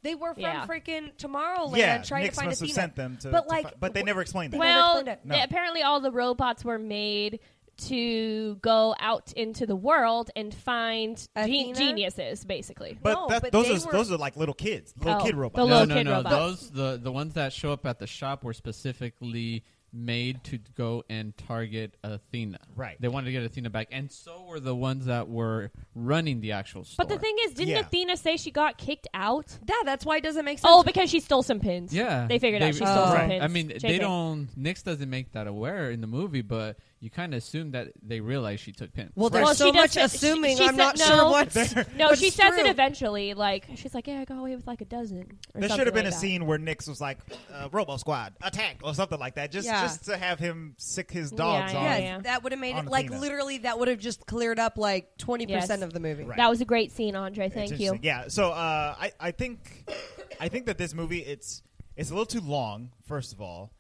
Speaker 2: They were from
Speaker 3: Yeah.
Speaker 2: freaking Tomorrowland
Speaker 4: yeah,
Speaker 2: trying
Speaker 4: Nix
Speaker 2: to find
Speaker 4: must have
Speaker 2: Athena.
Speaker 4: sent them to,
Speaker 2: but
Speaker 4: to
Speaker 2: like,
Speaker 4: fi- but they
Speaker 2: wh-
Speaker 4: never explained
Speaker 2: they
Speaker 4: that.
Speaker 2: never
Speaker 3: well,
Speaker 2: explained it.
Speaker 4: No.
Speaker 3: apparently all the robots were made to go out into the world and find ge-
Speaker 2: Athena?
Speaker 3: geniuses, basically.
Speaker 4: But,
Speaker 2: No,
Speaker 4: that,
Speaker 2: but
Speaker 4: those
Speaker 2: they
Speaker 4: are
Speaker 2: were-
Speaker 4: those are like little kids, little
Speaker 3: Oh,
Speaker 4: kid
Speaker 3: the
Speaker 4: robots.
Speaker 1: No,
Speaker 3: little-
Speaker 1: no,
Speaker 3: kid
Speaker 1: no.
Speaker 3: robot.
Speaker 1: Those the the ones that show up at the shop were specifically made to go and target Athena.
Speaker 4: Right.
Speaker 1: They wanted to get Athena back, and so were the ones that were running the actual store.
Speaker 3: But the thing is, didn't
Speaker 4: Yeah.
Speaker 3: Athena say she got kicked out?
Speaker 2: Yeah, that's why it doesn't make sense.
Speaker 3: Oh, because she stole some pins.
Speaker 1: yeah,
Speaker 3: They figured out she stole
Speaker 2: Oh.
Speaker 3: some
Speaker 4: Right.
Speaker 3: pins.
Speaker 1: I mean, they
Speaker 3: JK.
Speaker 1: don't. Nix doesn't make that aware in the movie, but you kind of assume that they realize she took pins.
Speaker 2: well, there's
Speaker 3: Well,
Speaker 2: so
Speaker 3: she does
Speaker 2: much
Speaker 3: say- she-
Speaker 2: assuming.
Speaker 3: she
Speaker 2: I'm
Speaker 3: said
Speaker 2: not
Speaker 3: no.
Speaker 2: sure what's
Speaker 3: (laughs)
Speaker 4: (laughs)
Speaker 3: No,
Speaker 2: what's
Speaker 3: she says it
Speaker 2: true.
Speaker 3: eventually. Like she's like, "Yeah, I got away with like a dozen." Or
Speaker 4: There should
Speaker 3: something
Speaker 4: have been
Speaker 3: like
Speaker 4: a
Speaker 3: that.
Speaker 4: scene where Nix was like, uh, "Robo Squad attack" or something like that, just
Speaker 2: Yeah.
Speaker 4: just to have him sick his dogs
Speaker 3: Yeah,
Speaker 4: on.
Speaker 2: Yes,
Speaker 3: yeah.
Speaker 2: that would have made
Speaker 4: On
Speaker 2: it like
Speaker 4: Athena.
Speaker 2: literally that would have just cleared up like twenty
Speaker 3: Yes.
Speaker 2: percent of the movie.
Speaker 4: Right.
Speaker 3: That was a great scene, Andre.
Speaker 4: It's
Speaker 3: Thank you.
Speaker 4: interesting. Yeah. So uh, I I think I think that this movie it's it's a little too long. First of all,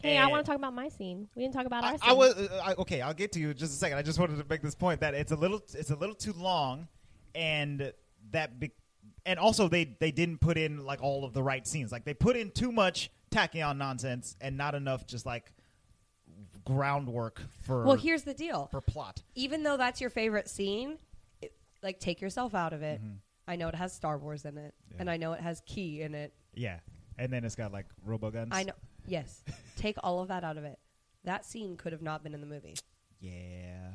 Speaker 3: Hey, I
Speaker 4: And-
Speaker 3: want to talk about my scene. We didn't talk about
Speaker 4: I,
Speaker 3: our
Speaker 4: I
Speaker 3: scene.
Speaker 4: was uh, I, okay. I'll get to you in just a second. I just wanted to make this point that it's a little it's a little too long, and that be, and also they they didn't put in like all of the right scenes. Like they put in too much tachyon nonsense and not enough just like groundwork for
Speaker 2: Well, here's the deal.
Speaker 4: for plot.
Speaker 2: Even though that's your favorite scene, it, like take yourself out of it. I know it has Star Wars in it,
Speaker 4: Mm-hmm. Yeah.
Speaker 2: and I know it has Key in it.
Speaker 4: Yeah, and then it's got like robo guns.
Speaker 2: I know. Yes, take all of that out of it. That scene could have not been in the movie.
Speaker 4: Yeah.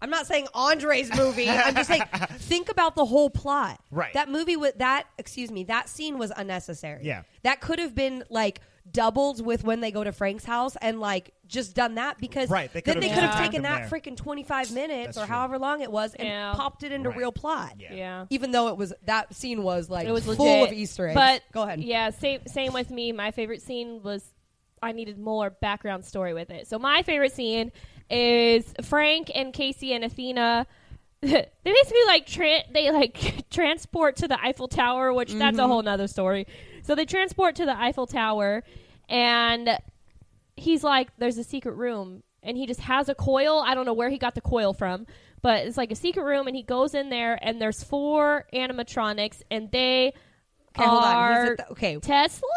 Speaker 2: I'm not saying Andre's movie. I'm just
Speaker 4: (laughs)
Speaker 2: saying think about the whole plot.
Speaker 4: Right.
Speaker 2: That movie with that excuse me, that scene was unnecessary.
Speaker 4: Yeah.
Speaker 2: That could have been like doubled with when they go to Frank's house and like just done that because
Speaker 4: Right, they
Speaker 2: then
Speaker 4: could
Speaker 2: they
Speaker 4: have
Speaker 2: could have
Speaker 3: just
Speaker 2: taken that
Speaker 4: left them there.
Speaker 2: freaking 25 minutes
Speaker 4: That's
Speaker 2: or
Speaker 4: true.
Speaker 2: however long it was and
Speaker 3: Yeah.
Speaker 2: popped it into
Speaker 4: Right.
Speaker 2: real plot.
Speaker 4: Yeah.
Speaker 3: Yeah.
Speaker 2: Even though it was that scene was like
Speaker 3: It was
Speaker 2: full
Speaker 3: legit.
Speaker 2: of Easter eggs.
Speaker 3: But
Speaker 2: go ahead.
Speaker 3: Yeah, same same with me. My favorite scene was I needed more background story with it. So my favorite scene is Frank and Casey and Athena. (laughs) they basically like tra- they like (laughs) transport to the Eiffel Tower, which that's a
Speaker 2: Mm-hmm.
Speaker 3: whole nother story. So they transport to the Eiffel Tower, and he's like, there's a secret room, and he just has a coil. I don't know where he got the coil from, but it's like a secret room, and he goes in there, and there's four animatronics, and they
Speaker 2: Okay, hold on.
Speaker 3: are
Speaker 2: He's at the- okay.
Speaker 3: Tesla.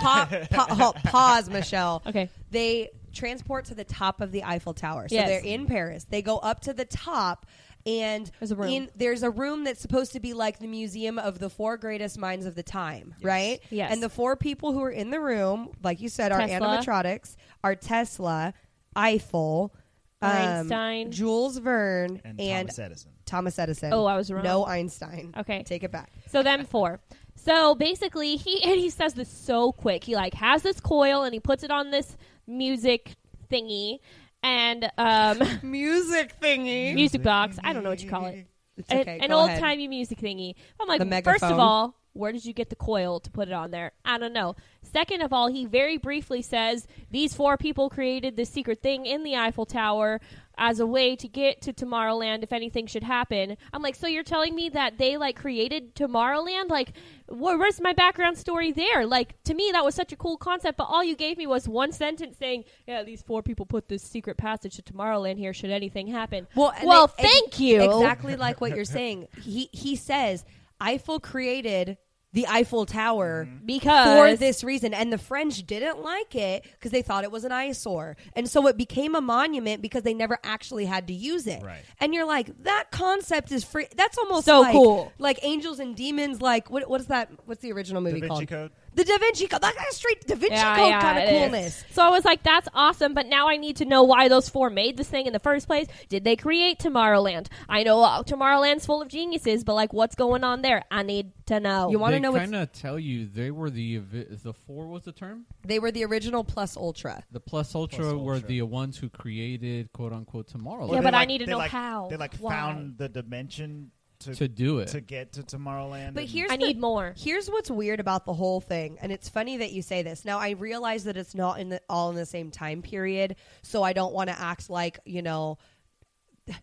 Speaker 2: Pa-
Speaker 3: (laughs)
Speaker 2: pa- hold- pause, Michelle.
Speaker 3: Okay.
Speaker 2: They transport to the top of the Eiffel Tower. So
Speaker 3: Yes.
Speaker 2: they're in Paris. They go up to the top, and
Speaker 3: There's a room.
Speaker 2: In, there's a room that's supposed to be like the museum of the four greatest minds of the time, right?
Speaker 3: Yes.
Speaker 2: And the four people who are in the room, like you said, are
Speaker 3: Tesla.
Speaker 2: animatronics, are Tesla, Eiffel, um,
Speaker 3: Einstein.
Speaker 2: Jules Verne,
Speaker 4: And,
Speaker 2: and,
Speaker 4: Thomas Edison.
Speaker 2: Thomas Edison.
Speaker 3: Oh, I was wrong.
Speaker 2: No Einstein.
Speaker 3: Okay.
Speaker 2: Take it back.
Speaker 3: So them four. So basically, he (laughs) and he says this so quick. He like has this coil and he puts it on this music thingy, and um, (laughs)
Speaker 2: music thingy.
Speaker 3: music box. I don't know what you call it.
Speaker 2: It's
Speaker 3: An-
Speaker 2: okay,
Speaker 3: an
Speaker 2: go
Speaker 3: old
Speaker 2: ahead.
Speaker 3: timey music thingy. I'm like,
Speaker 2: The
Speaker 3: first of
Speaker 2: megaphone.
Speaker 3: all, where did you get the coil to put it on there? I don't know. Second of all, he very briefly says these four people created this secret thing in the Eiffel Tower as a way to get to Tomorrowland if anything should happen. I'm like, so you're telling me that they like created Tomorrowland? Like, wh- where's my background story there? Like, to me, that was such a cool concept, but all you gave me was one sentence saying, yeah, these four people put this secret passage to Tomorrowland here should anything happen.
Speaker 2: Well, and
Speaker 3: well,
Speaker 2: they-
Speaker 3: thank you.
Speaker 2: Exactly like what you're saying. He he says Eiffel created the Eiffel Tower
Speaker 4: Mm-hmm.
Speaker 3: because
Speaker 2: for this reason, and the French didn't like it because they thought it was an eyesore, and so it became a monument because they never actually had to use it.
Speaker 4: Right.
Speaker 2: And you're like, that concept is free. That's almost
Speaker 3: So
Speaker 2: like,
Speaker 3: cool.
Speaker 2: like angels and demons. Like what what is that? What's the original movie
Speaker 4: Da Vinci
Speaker 2: called?
Speaker 4: Code?
Speaker 2: The Da Vinci Code. That kind of straight Da Vinci Code kind of
Speaker 3: it is.
Speaker 2: coolness.
Speaker 3: So I was like, that's awesome, but now I need to know why those four made this thing in the first place. Did they create Tomorrowland? I know uh, Tomorrowland's full of geniuses, but like, what's going on there? I need to know.
Speaker 2: You want to
Speaker 1: they
Speaker 2: know what's
Speaker 1: kind of tell you they were the evi- the four was the term
Speaker 2: They were the original plus ultra.
Speaker 1: the plus ultra, were
Speaker 4: Ultra.
Speaker 1: the ones who created quote unquote tomorrow
Speaker 3: Yeah,
Speaker 4: they
Speaker 3: but I
Speaker 4: like-
Speaker 3: need to
Speaker 4: they
Speaker 3: know
Speaker 4: like-
Speaker 3: how.
Speaker 4: They like
Speaker 3: Why?
Speaker 4: found the dimension to
Speaker 1: to do it
Speaker 4: to get to Tomorrowland.
Speaker 2: But
Speaker 4: and-
Speaker 2: here's
Speaker 3: I
Speaker 2: the-
Speaker 3: need more.
Speaker 2: Here's what's weird about the whole thing, and it's funny that you say this. Now I realize that it's not in the, all in the same time period, so I don't want to act like you know.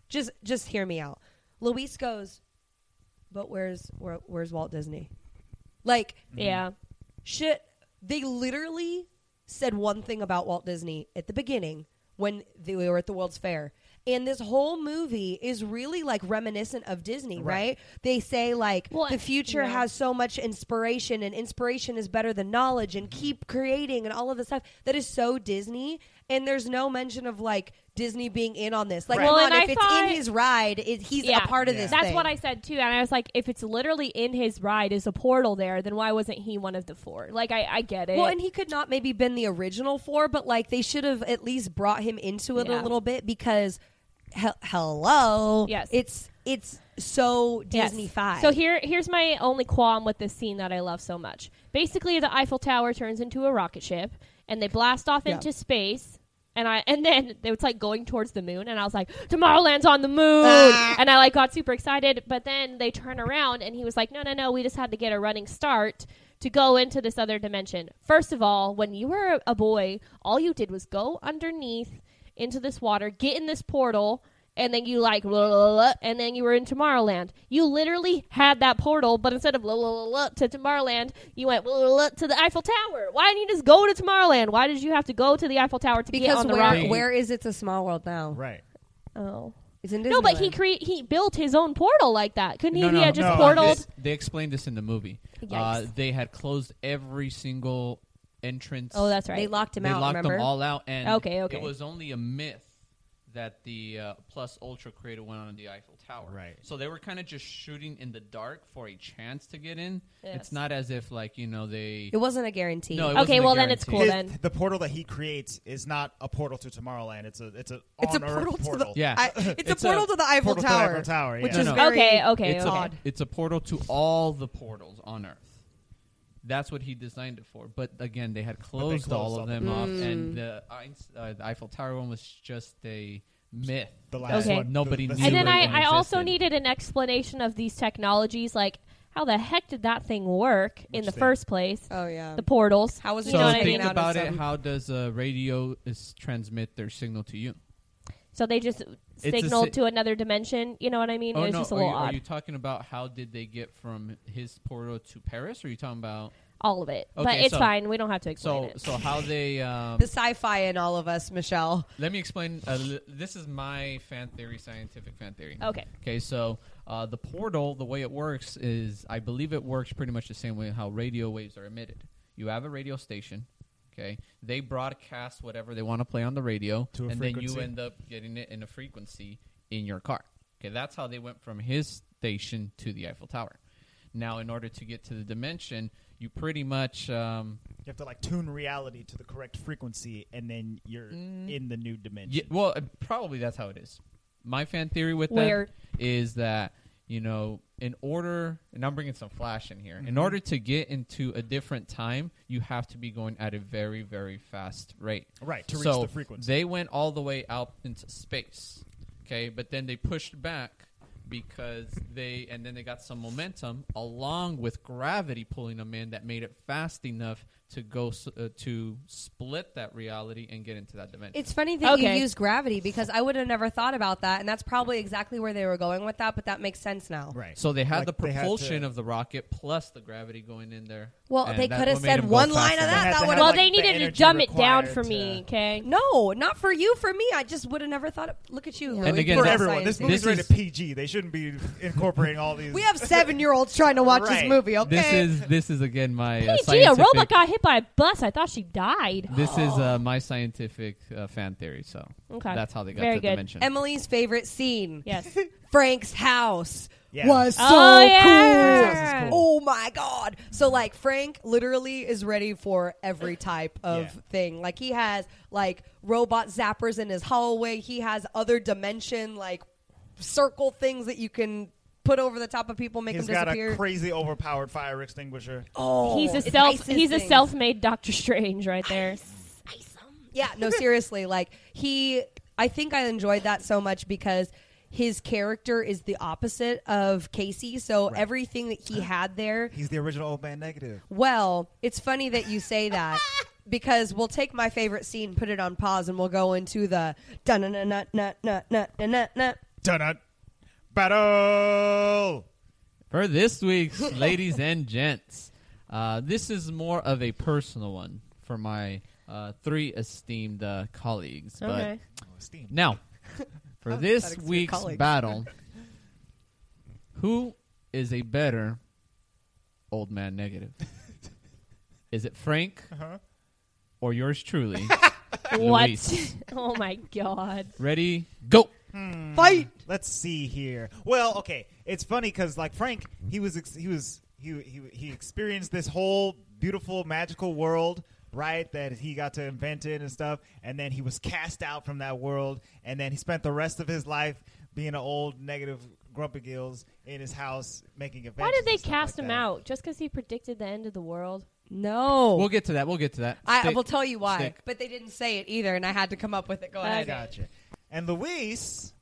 Speaker 2: Just just hear me out. Luis goes, but where's where, where's Walt Disney? Like
Speaker 3: Yeah,
Speaker 2: shit they literally said one thing about Walt Disney at the beginning when they were at the World's Fair. And this whole movie is really like reminiscent of Disney, right? They say like
Speaker 3: Well,
Speaker 2: the future
Speaker 3: yeah.
Speaker 2: has so much inspiration and inspiration is better than knowledge and keep creating and all of this stuff that is so Disney and there's no mention of like Disney being in on this. Like
Speaker 4: Right.
Speaker 2: come
Speaker 3: Well,
Speaker 2: on,
Speaker 3: and
Speaker 2: if
Speaker 3: I
Speaker 2: it's
Speaker 3: thought-
Speaker 2: in his ride, it, he's
Speaker 3: Yeah.
Speaker 2: a part of
Speaker 4: Yeah.
Speaker 2: this
Speaker 3: that's
Speaker 2: thing.
Speaker 3: what I said too, and I was like, if it's literally in his ride is a portal there, then why wasn't he one of the four? Like, I, I get it.
Speaker 2: Well, and he could not maybe been the original four, but like they should have at least brought him into it
Speaker 3: Yeah.
Speaker 2: a little bit because, he- hello,
Speaker 3: Yes.
Speaker 2: it's it's so
Speaker 3: Yes.
Speaker 2: Disney five.
Speaker 3: So here, here's my only qualm with this scene that I love so much. Basically, the Eiffel Tower turns into a rocket ship, and they blast off
Speaker 2: Yeah.
Speaker 3: into space. And I and then (laughs) it was like going towards the moon, and I was like, "Tomorrowland's on the moon!"
Speaker 2: Ah.
Speaker 3: And I like got super excited. But then they turn around, and he was like, "No, no, no! We just had to get a running start to go into this other dimension." First of all, when you were a boy, all you did was go underneath into this water, get in this portal, and then you like la, la, la, la, and then you were in Tomorrowland. You literally had that portal, but instead of la, la, la, la, to Tomorrowland, you went la, la, la, to the Eiffel Tower. Why didn't you just go to Tomorrowland? Why did you have to go to the Eiffel Tower to get
Speaker 2: because
Speaker 3: on the
Speaker 2: where
Speaker 1: rocket.
Speaker 3: rocket?
Speaker 2: where is it's a small world now?
Speaker 4: right.
Speaker 3: Oh.
Speaker 2: It's in Disneyland.
Speaker 3: No, but he cre- he built his own portal like that. Couldn't he?
Speaker 1: no,
Speaker 3: he
Speaker 1: no,
Speaker 3: had
Speaker 1: no,
Speaker 3: just
Speaker 4: no,
Speaker 3: portaled.
Speaker 1: this- They explained this in the movie. Uh,
Speaker 3: Yikes.
Speaker 1: they had closed every single entrance.
Speaker 3: oh, that's right.
Speaker 2: they locked him
Speaker 1: they
Speaker 2: out.
Speaker 1: locked
Speaker 2: remember?
Speaker 1: them all out, and
Speaker 3: Okay, okay.
Speaker 1: it was only a myth that the uh, Plus Ultra created one on the Eiffel Tower.
Speaker 4: Right.
Speaker 1: So they were kind of just shooting in the dark for a chance to get in.
Speaker 3: Yes.
Speaker 1: It's not as if like you know they.
Speaker 2: It wasn't a guarantee.
Speaker 1: No, it wasn't
Speaker 3: Okay,
Speaker 1: a
Speaker 3: well, then it's
Speaker 1: guarantee.
Speaker 3: cool
Speaker 4: His-
Speaker 3: then.
Speaker 4: the portal that he creates is not a portal to Tomorrowland. It's a it's a
Speaker 2: it's a
Speaker 4: on Earth
Speaker 2: portal, to the
Speaker 1: Yeah.
Speaker 2: I- it's,
Speaker 1: It's
Speaker 2: a
Speaker 1: a
Speaker 2: portal to the Eiffel
Speaker 4: portal to the
Speaker 2: Tower,
Speaker 4: Eiffel Tower,
Speaker 2: which
Speaker 4: yeah.
Speaker 2: is
Speaker 1: No,
Speaker 2: very
Speaker 3: okay, okay,
Speaker 1: it's,
Speaker 3: okay.
Speaker 1: a, (laughs) it's a portal to all the portals on Earth. That's what he designed it for. But again, they had closed, all
Speaker 4: closed
Speaker 1: of
Speaker 4: all
Speaker 1: them
Speaker 4: the
Speaker 1: off,
Speaker 4: portals.
Speaker 3: Mm.
Speaker 1: and the, Einst- uh, the Eiffel Tower one was just a myth.
Speaker 4: The
Speaker 1: That
Speaker 4: last
Speaker 3: Okay.
Speaker 4: one.
Speaker 1: Nobody
Speaker 4: The- the
Speaker 1: knew
Speaker 3: and
Speaker 4: secret
Speaker 3: then
Speaker 1: it
Speaker 4: one.
Speaker 1: even
Speaker 3: I, I also
Speaker 1: existed.
Speaker 3: needed an explanation of these technologies, like how the heck did that thing work in
Speaker 4: Which
Speaker 3: the
Speaker 4: thing?
Speaker 3: first place?
Speaker 2: Oh yeah.
Speaker 3: the portals.
Speaker 2: How was it
Speaker 3: you
Speaker 1: So
Speaker 3: know what I
Speaker 1: think
Speaker 3: mean?
Speaker 2: out of
Speaker 1: about it.
Speaker 2: some-
Speaker 1: How does a radio is transmit their signal to you?
Speaker 3: So they just
Speaker 1: a
Speaker 3: signaled
Speaker 1: si-
Speaker 3: to another dimension. You know what I mean? it was just a
Speaker 1: Oh, are
Speaker 3: little
Speaker 1: you, are
Speaker 3: odd.
Speaker 1: you talking about how did they get from his portal to Paris? Or are you talking about
Speaker 3: All of it, but
Speaker 1: Okay,
Speaker 3: it's
Speaker 1: so-
Speaker 3: fine. We don't have to
Speaker 1: so
Speaker 3: explain it.
Speaker 1: so how they? Um,
Speaker 2: the sci-fi in all of us, Michelle.
Speaker 1: let me explain. Uh, li- this is my fan theory, scientific fan theory.
Speaker 3: okay.
Speaker 1: Okay, so uh, the portal, the way it works is, I believe it works pretty much the same way how radio waves are emitted. You have a radio station. Okay, they broadcast whatever they want to play on the radio,
Speaker 4: To a
Speaker 1: and then
Speaker 4: frequency.
Speaker 1: you end up getting it in a frequency in your car. Okay, that's how they went from his station to the Eiffel Tower. Now, in order to get to the dimension, you pretty much um,
Speaker 4: You have to like tune reality to the correct frequency, and then you're in the new
Speaker 1: Yeah,
Speaker 4: dimension.
Speaker 1: well, uh, probably that's how it is. My fan theory with
Speaker 3: Where-
Speaker 1: that is that you know in order, and I'm bringing some flash in here. In order to get into a different time, you have to be going at a very, very fast rate.
Speaker 4: Right, to reach
Speaker 1: So
Speaker 4: the frequency.
Speaker 1: They went all the way out into space, okay, but then they pushed back because they, and then they got some momentum along with gravity pulling them in that made it fast enough to go s- uh, to split that reality and get into that dimension.
Speaker 2: It's funny that
Speaker 3: Okay.
Speaker 2: you used gravity because I would have never thought about that, and that's probably exactly where they were going with that. But that makes sense now.
Speaker 4: Right.
Speaker 1: So they had
Speaker 4: Like,
Speaker 1: the
Speaker 4: they had
Speaker 1: propulsion
Speaker 4: to-
Speaker 1: of the rocket plus the gravity going in there.
Speaker 2: Well,
Speaker 1: and
Speaker 2: they
Speaker 1: that-
Speaker 2: could have
Speaker 1: what made
Speaker 2: said
Speaker 1: them go
Speaker 2: one line of
Speaker 1: faster.
Speaker 2: that.
Speaker 4: They had
Speaker 2: That
Speaker 4: to
Speaker 2: would
Speaker 4: have,
Speaker 2: have
Speaker 3: well,
Speaker 4: like,
Speaker 3: they
Speaker 4: the
Speaker 3: needed to
Speaker 4: energy
Speaker 3: dumb it down
Speaker 4: required
Speaker 3: for
Speaker 4: to-
Speaker 3: me, okay?
Speaker 2: No, not for you. For me, I just would have never thought. Of, look at you, Louis.
Speaker 1: And again,
Speaker 2: you're
Speaker 4: for
Speaker 1: that-
Speaker 2: all
Speaker 4: everyone. This
Speaker 2: sciency.
Speaker 4: movie's
Speaker 1: This
Speaker 4: rated
Speaker 1: is-
Speaker 4: PG. They shouldn't be (laughs) incorporating all these.
Speaker 2: we have seven-year-olds trying to watch this
Speaker 4: Right.
Speaker 2: movie. Okay,
Speaker 1: This is this is again my uh,
Speaker 3: Hey, gee, a
Speaker 1: scientific.
Speaker 3: robot got hit by a bus. I thought she died.
Speaker 1: This is uh, my scientific uh, fan theory. So
Speaker 3: Okay.
Speaker 1: that's how they got
Speaker 3: Very
Speaker 1: the
Speaker 3: good.
Speaker 1: dimension.
Speaker 2: Emily's favorite scene.
Speaker 3: Yes.
Speaker 2: Frank's house
Speaker 4: Yeah.
Speaker 2: was so
Speaker 3: Oh, yeah.
Speaker 2: cool.
Speaker 4: Frank's house is
Speaker 2: Oh my god! So like Frank literally is ready for every type of
Speaker 4: Yeah.
Speaker 2: thing. Like he has like robot zappers in his hallway. He has other dimension like circle things that you can put over the top of people, make
Speaker 4: He's
Speaker 2: them
Speaker 4: got
Speaker 2: disappear.
Speaker 4: a crazy overpowered fire extinguisher.
Speaker 2: oh,
Speaker 3: he's a
Speaker 2: it's
Speaker 3: self.
Speaker 2: nicest
Speaker 3: He's a
Speaker 2: things.
Speaker 3: self-made Doctor Strange right there.
Speaker 2: Yeah,
Speaker 4: (laughs)
Speaker 2: no, seriously. Like he, I think I enjoyed that so much because his character is the opposite of Casey. So everything that he had there,
Speaker 4: He's the original old man negative.
Speaker 2: well, it's funny that you say that. Because we'll take my favorite scene, put it on pause, and we'll go into the dun na na na na na na na na na.
Speaker 4: Donut battle.
Speaker 1: For this
Speaker 2: (laughs)
Speaker 1: week's ladies and gents, uh, this is more of a personal one for my uh, three esteemed uh, colleagues.
Speaker 3: Okay.
Speaker 4: Oh, steam.
Speaker 1: But
Speaker 2: (laughs)
Speaker 1: now,
Speaker 2: Oh,
Speaker 1: for this
Speaker 2: extra
Speaker 1: week's
Speaker 2: colleagues. (laughs)
Speaker 1: battle, who is a better old man
Speaker 2: (laughs)
Speaker 1: negative? Is it Frank
Speaker 4: Uh-huh.
Speaker 1: or yours
Speaker 2: (laughs)
Speaker 1: truly?
Speaker 3: What?
Speaker 1: Luis.
Speaker 3: (laughs) oh my god.
Speaker 1: Ready, go.
Speaker 2: Fight!
Speaker 4: Let's see here. Well, okay, it's funny because like Frank, he was ex- he was he, he he experienced this whole beautiful magical world, right? That he got to invent it and stuff, and then he was cast out from that world, and then he spent the rest of his life being an old negative grumpy gills in his house making inventions.
Speaker 3: Why did they
Speaker 4: and stuff
Speaker 3: cast
Speaker 4: like
Speaker 3: him
Speaker 4: that.
Speaker 3: out? Just because he predicted the end of the world?
Speaker 2: No,
Speaker 1: We'll get to that. We'll get to that.
Speaker 2: I
Speaker 1: Stick-
Speaker 2: will tell you why.
Speaker 1: stick.
Speaker 2: But they didn't say it either, and I had to come up with it. Go ahead.
Speaker 4: Gotcha. And Luis,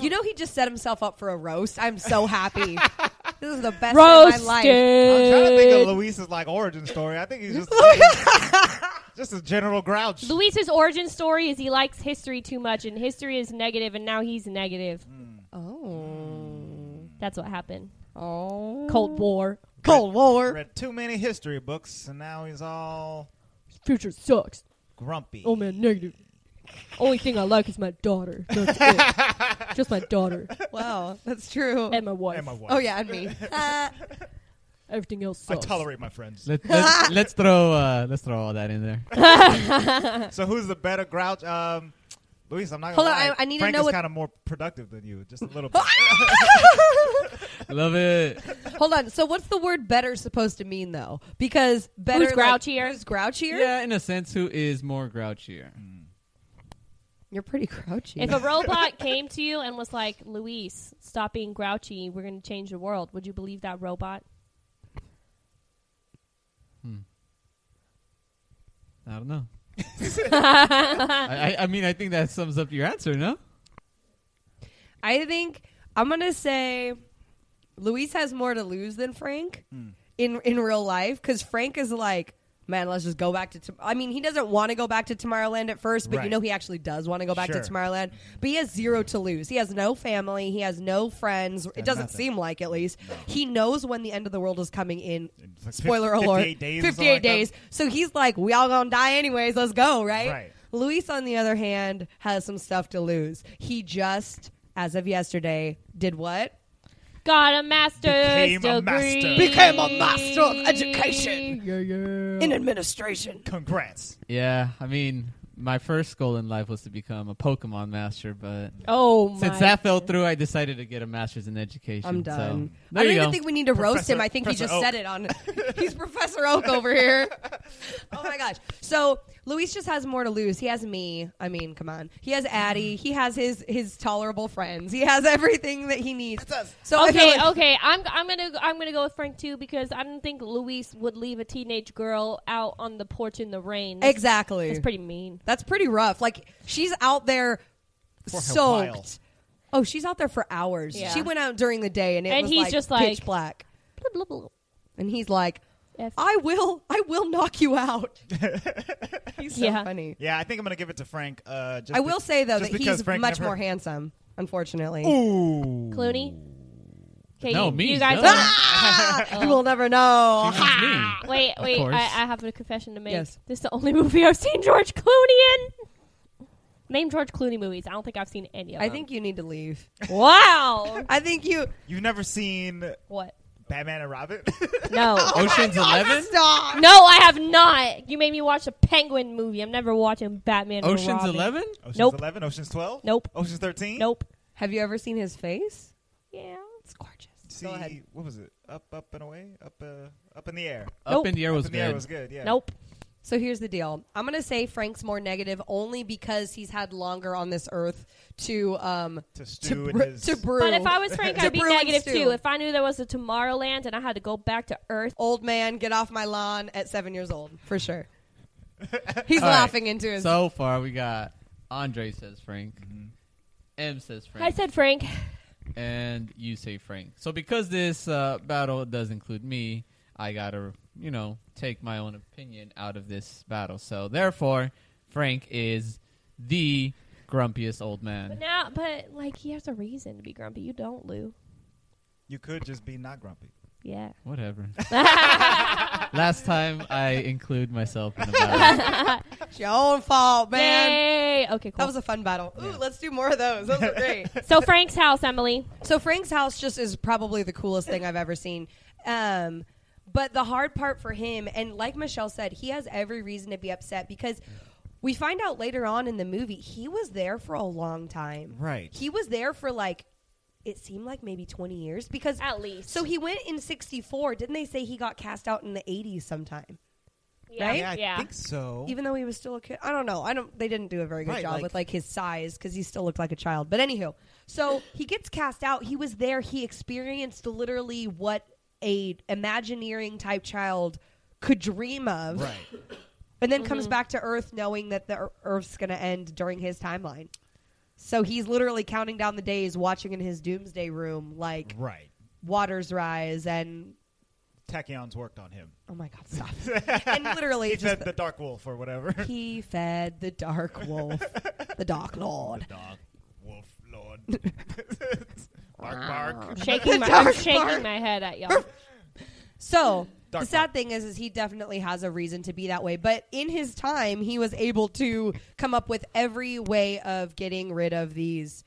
Speaker 2: You know he just set himself up for a roast. I'm so happy. this is the best time of my life.
Speaker 4: I'm trying to think of
Speaker 3: Roasted.
Speaker 4: Luis's like origin story. I think he's
Speaker 3: (laughs)
Speaker 4: just just a general grouch.
Speaker 3: Luis's origin story is he likes history too much, and history is negative, and now he's negative.
Speaker 2: Oh.
Speaker 3: That's what happened.
Speaker 2: Oh.
Speaker 3: Cold War.
Speaker 2: Cold War.
Speaker 4: Read too many history books, and now he's all
Speaker 3: Future sucks.
Speaker 4: grumpy.
Speaker 3: Oh man, negative. Only thing I like is my daughter. That's it. Just my daughter
Speaker 2: Wow, that's true.
Speaker 3: and my wife.
Speaker 4: And my wife.
Speaker 2: Oh yeah, and me. Ah.
Speaker 3: Everything else
Speaker 4: I
Speaker 3: sucks.
Speaker 4: tolerate my friends.
Speaker 1: Let,
Speaker 2: (laughs)
Speaker 1: let's, let's throw uh, let's throw all that in there.
Speaker 4: so who's the better grouch? Um, Luis, I'm not.
Speaker 2: Hold
Speaker 4: gonna
Speaker 2: on,
Speaker 4: lie.
Speaker 2: I- I need to
Speaker 4: Frank
Speaker 2: know
Speaker 4: is
Speaker 2: what-
Speaker 4: kind of more productive than you, just a
Speaker 2: (laughs)
Speaker 4: little bit.
Speaker 1: Love it.
Speaker 2: Hold on. So what's the word better supposed to mean though? Because better
Speaker 3: Who's
Speaker 2: like-
Speaker 3: grouchier?
Speaker 2: who's grouchier?
Speaker 1: Yeah, in a sense, who is more grouchier?
Speaker 2: Mm. You're pretty grouchy.
Speaker 3: If a robot came to you and was like, Luis, stop being grouchy. We're going to change the world. Would you believe that robot?
Speaker 1: I don't
Speaker 2: (laughs)
Speaker 1: know. I, I, I mean, I think that sums up your answer, no?
Speaker 2: I think I'm gonna say Luis has more to lose than Frank in in real life because Frank is like, man, let's just go back to. Tom-. I mean, he doesn't want to go back to Tomorrowland at first, but you
Speaker 4: Right.
Speaker 2: know he actually does want to go back
Speaker 4: Sure.
Speaker 2: to Tomorrowland. But he has zero to lose. He has no family. He has no friends. It doesn't
Speaker 4: nothing.
Speaker 2: seem like, at least, he knows when the end of the world is coming in.
Speaker 4: It's like
Speaker 2: Spoiler
Speaker 4: 50
Speaker 2: alert:
Speaker 4: 58 days or something
Speaker 2: 58
Speaker 4: like that.
Speaker 2: days. So he's like, we all gonna die anyways. Let's go, right?
Speaker 4: Right.
Speaker 2: Luis, on the other hand, has some stuff to lose. He just, as of yesterday, did what?
Speaker 3: Got a master's
Speaker 4: Became a master.
Speaker 3: degree.
Speaker 2: Became a master of education.
Speaker 3: Yeah, yeah.
Speaker 2: In administration.
Speaker 4: Congrats.
Speaker 1: Yeah, I mean, my first goal in life was to become a Pokemon master, but
Speaker 3: oh my.
Speaker 1: since that fell through, I decided to get a master's in education.
Speaker 2: I'm
Speaker 1: so-
Speaker 2: done.
Speaker 1: there
Speaker 2: I don't
Speaker 1: you
Speaker 2: even
Speaker 1: go.
Speaker 2: think we need to roast him.
Speaker 4: Professor-
Speaker 2: I think he (laughs)
Speaker 4: Professor
Speaker 2: just
Speaker 4: Oak.
Speaker 2: said it on. he's Professor Oak over here. oh my gosh. So Luis just has more to lose. He has me. I mean, come on. He has
Speaker 4: (sighs)
Speaker 2: Addie. He has his his tolerable friends. He has everything that he needs.
Speaker 4: That's us.
Speaker 2: So I feel
Speaker 3: okay,
Speaker 2: like-
Speaker 3: okay. I'm I'm gonna I'm gonna go with Frank too because I don't think Luis would leave a teenage girl out on the porch in the rain. That's-
Speaker 2: Exactly.
Speaker 3: That's pretty mean.
Speaker 2: That's pretty rough. Like she's out there
Speaker 4: For a while.
Speaker 2: soaked. Oh, she's out there for hours.
Speaker 3: Yeah.
Speaker 2: She went out during the day, and it
Speaker 3: And
Speaker 2: was
Speaker 3: he's
Speaker 2: like
Speaker 3: just
Speaker 2: pitch
Speaker 3: like-
Speaker 2: black.
Speaker 3: Blah, blah, blah.
Speaker 2: And he's like,
Speaker 3: F-
Speaker 2: "I will, I will knock you
Speaker 4: (laughs)
Speaker 2: out." he's so
Speaker 3: Yeah.
Speaker 2: funny.
Speaker 4: Yeah, I think I'm gonna give it to Frank. Uh, just
Speaker 2: I will
Speaker 4: be-
Speaker 2: say though
Speaker 4: just
Speaker 2: that
Speaker 4: because
Speaker 2: he's
Speaker 4: Frank
Speaker 2: much
Speaker 4: never-
Speaker 2: more handsome, unfortunately.
Speaker 3: (laughs)
Speaker 4: Ooh,
Speaker 3: Clooney. Okay,
Speaker 1: No,
Speaker 3: you,
Speaker 1: me,
Speaker 3: You guys.
Speaker 1: duh.
Speaker 2: Ah! (laughs) you will never know.
Speaker 1: She means me.
Speaker 3: (laughs)
Speaker 2: (laughs)
Speaker 3: Wait,
Speaker 1: Of
Speaker 3: wait.
Speaker 1: course.
Speaker 3: I, I have a confession to make.
Speaker 2: Yes.
Speaker 3: This is the only (laughs) movie I've seen George Clooney in. Name George Clooney movies. I don't think I've seen any of
Speaker 2: I
Speaker 3: them.
Speaker 2: think you need to leave.
Speaker 3: (laughs) Wow.
Speaker 2: I think you
Speaker 4: You've never seen
Speaker 3: what?
Speaker 4: Batman and Robin? (laughs)
Speaker 2: (laughs)
Speaker 3: No.
Speaker 1: Ocean's Eleven.
Speaker 2: stop.
Speaker 3: No, I have not. You made me watch a Penguin movie. I'm never watching Batman. or
Speaker 1: Ocean's
Speaker 3: Robin.
Speaker 1: Eleven.
Speaker 4: Ocean's
Speaker 3: Nope.
Speaker 4: Eleven, Ocean's Twelve,
Speaker 3: Nope.
Speaker 4: Ocean's Thirteen,
Speaker 3: Nope.
Speaker 2: Have you ever seen his face?
Speaker 3: Yeah.
Speaker 2: It's gorgeous.
Speaker 4: See,
Speaker 2: Go ahead.
Speaker 4: what was it? Up, up and away, up, uh, up in the air.
Speaker 1: Up
Speaker 3: Nope.
Speaker 1: in the air
Speaker 4: Up
Speaker 1: was
Speaker 4: in the air
Speaker 1: good.
Speaker 4: was good. Yeah.
Speaker 3: Nope.
Speaker 2: So here's the deal. I'm going to say Frank's more negative only because he's had longer on this earth to um
Speaker 4: To stew in
Speaker 2: bre-
Speaker 4: his-
Speaker 2: to brew.
Speaker 3: But if I
Speaker 2: (laughs)
Speaker 3: was Frank,
Speaker 2: To
Speaker 3: I'd be
Speaker 2: brew and
Speaker 3: negative
Speaker 2: stew.
Speaker 3: too. If I knew there was a Tomorrowland and I had to go back to Earth,
Speaker 2: old man get off my lawn at 7 years old, for sure. He's
Speaker 1: All right.
Speaker 2: laughing into his
Speaker 1: So far, we got Andre says Frank,
Speaker 4: Mm-hmm.
Speaker 1: M says Frank,
Speaker 3: I said Frank. (laughs)
Speaker 1: and you say Frank. So because this uh, battle does include me, I gotta you know take my own opinion out of this battle. So therefore, Frank is the grumpiest old man.
Speaker 3: But now, but like he has a reason to be grumpy. You don't, Lou.
Speaker 4: You could just be not grumpy.
Speaker 3: Yeah.
Speaker 1: Whatever. Last time I include myself in the battle.
Speaker 2: It's your own fault, man.
Speaker 3: Yay. Okay. Cool.
Speaker 2: That was a fun battle. Ooh, let's do more of those. Those were great.
Speaker 3: so Frank's house, Emily.
Speaker 2: So Frank's house just is probably the coolest thing I've ever seen. Um, but the hard part for him, and like Michelle said, he has every reason to be upset because we find out later on in the movie he was there for a long time.
Speaker 4: Right.
Speaker 2: He was there for like it seemed like maybe twenty years because
Speaker 3: At least.
Speaker 2: So he went in sixty four. Didn't they say he got cast out in the eighties sometime?
Speaker 3: Yeah.
Speaker 2: Right?
Speaker 4: Yeah, I
Speaker 3: Yeah.
Speaker 4: think so.
Speaker 2: Even though he was still a kid, I don't know. I don't. They didn't do a very good
Speaker 4: Right,
Speaker 2: job
Speaker 4: like-
Speaker 2: with like his size because he still looked like a child. But anywho, so he gets cast out. He was there. He experienced literally what a Imagineering type child could dream of,
Speaker 4: right.
Speaker 2: and then comes back to Earth knowing that the Ear- Earth's going to end during his timeline. So he's literally counting down the days, watching in his doomsday room, like
Speaker 4: Right.
Speaker 2: waters rise and
Speaker 4: Tachyon's worked on him.
Speaker 2: oh my god, stop!
Speaker 4: (laughs)
Speaker 2: and literally
Speaker 4: He
Speaker 2: just
Speaker 4: fed the dark wolf or whatever.
Speaker 2: He fed the dark wolf, the dark lord.
Speaker 4: (laughs) dark wolf lord. (laughs) bark, bark. (laughs)
Speaker 3: Shaking my, I'm
Speaker 2: Dark
Speaker 3: shaking
Speaker 2: part.
Speaker 3: my head at y'all.
Speaker 2: So
Speaker 4: Dark
Speaker 2: the sad
Speaker 4: lord.
Speaker 2: thing is, is he definitely has a reason to be that way. But in his time, he was able to come up with every way of getting rid of these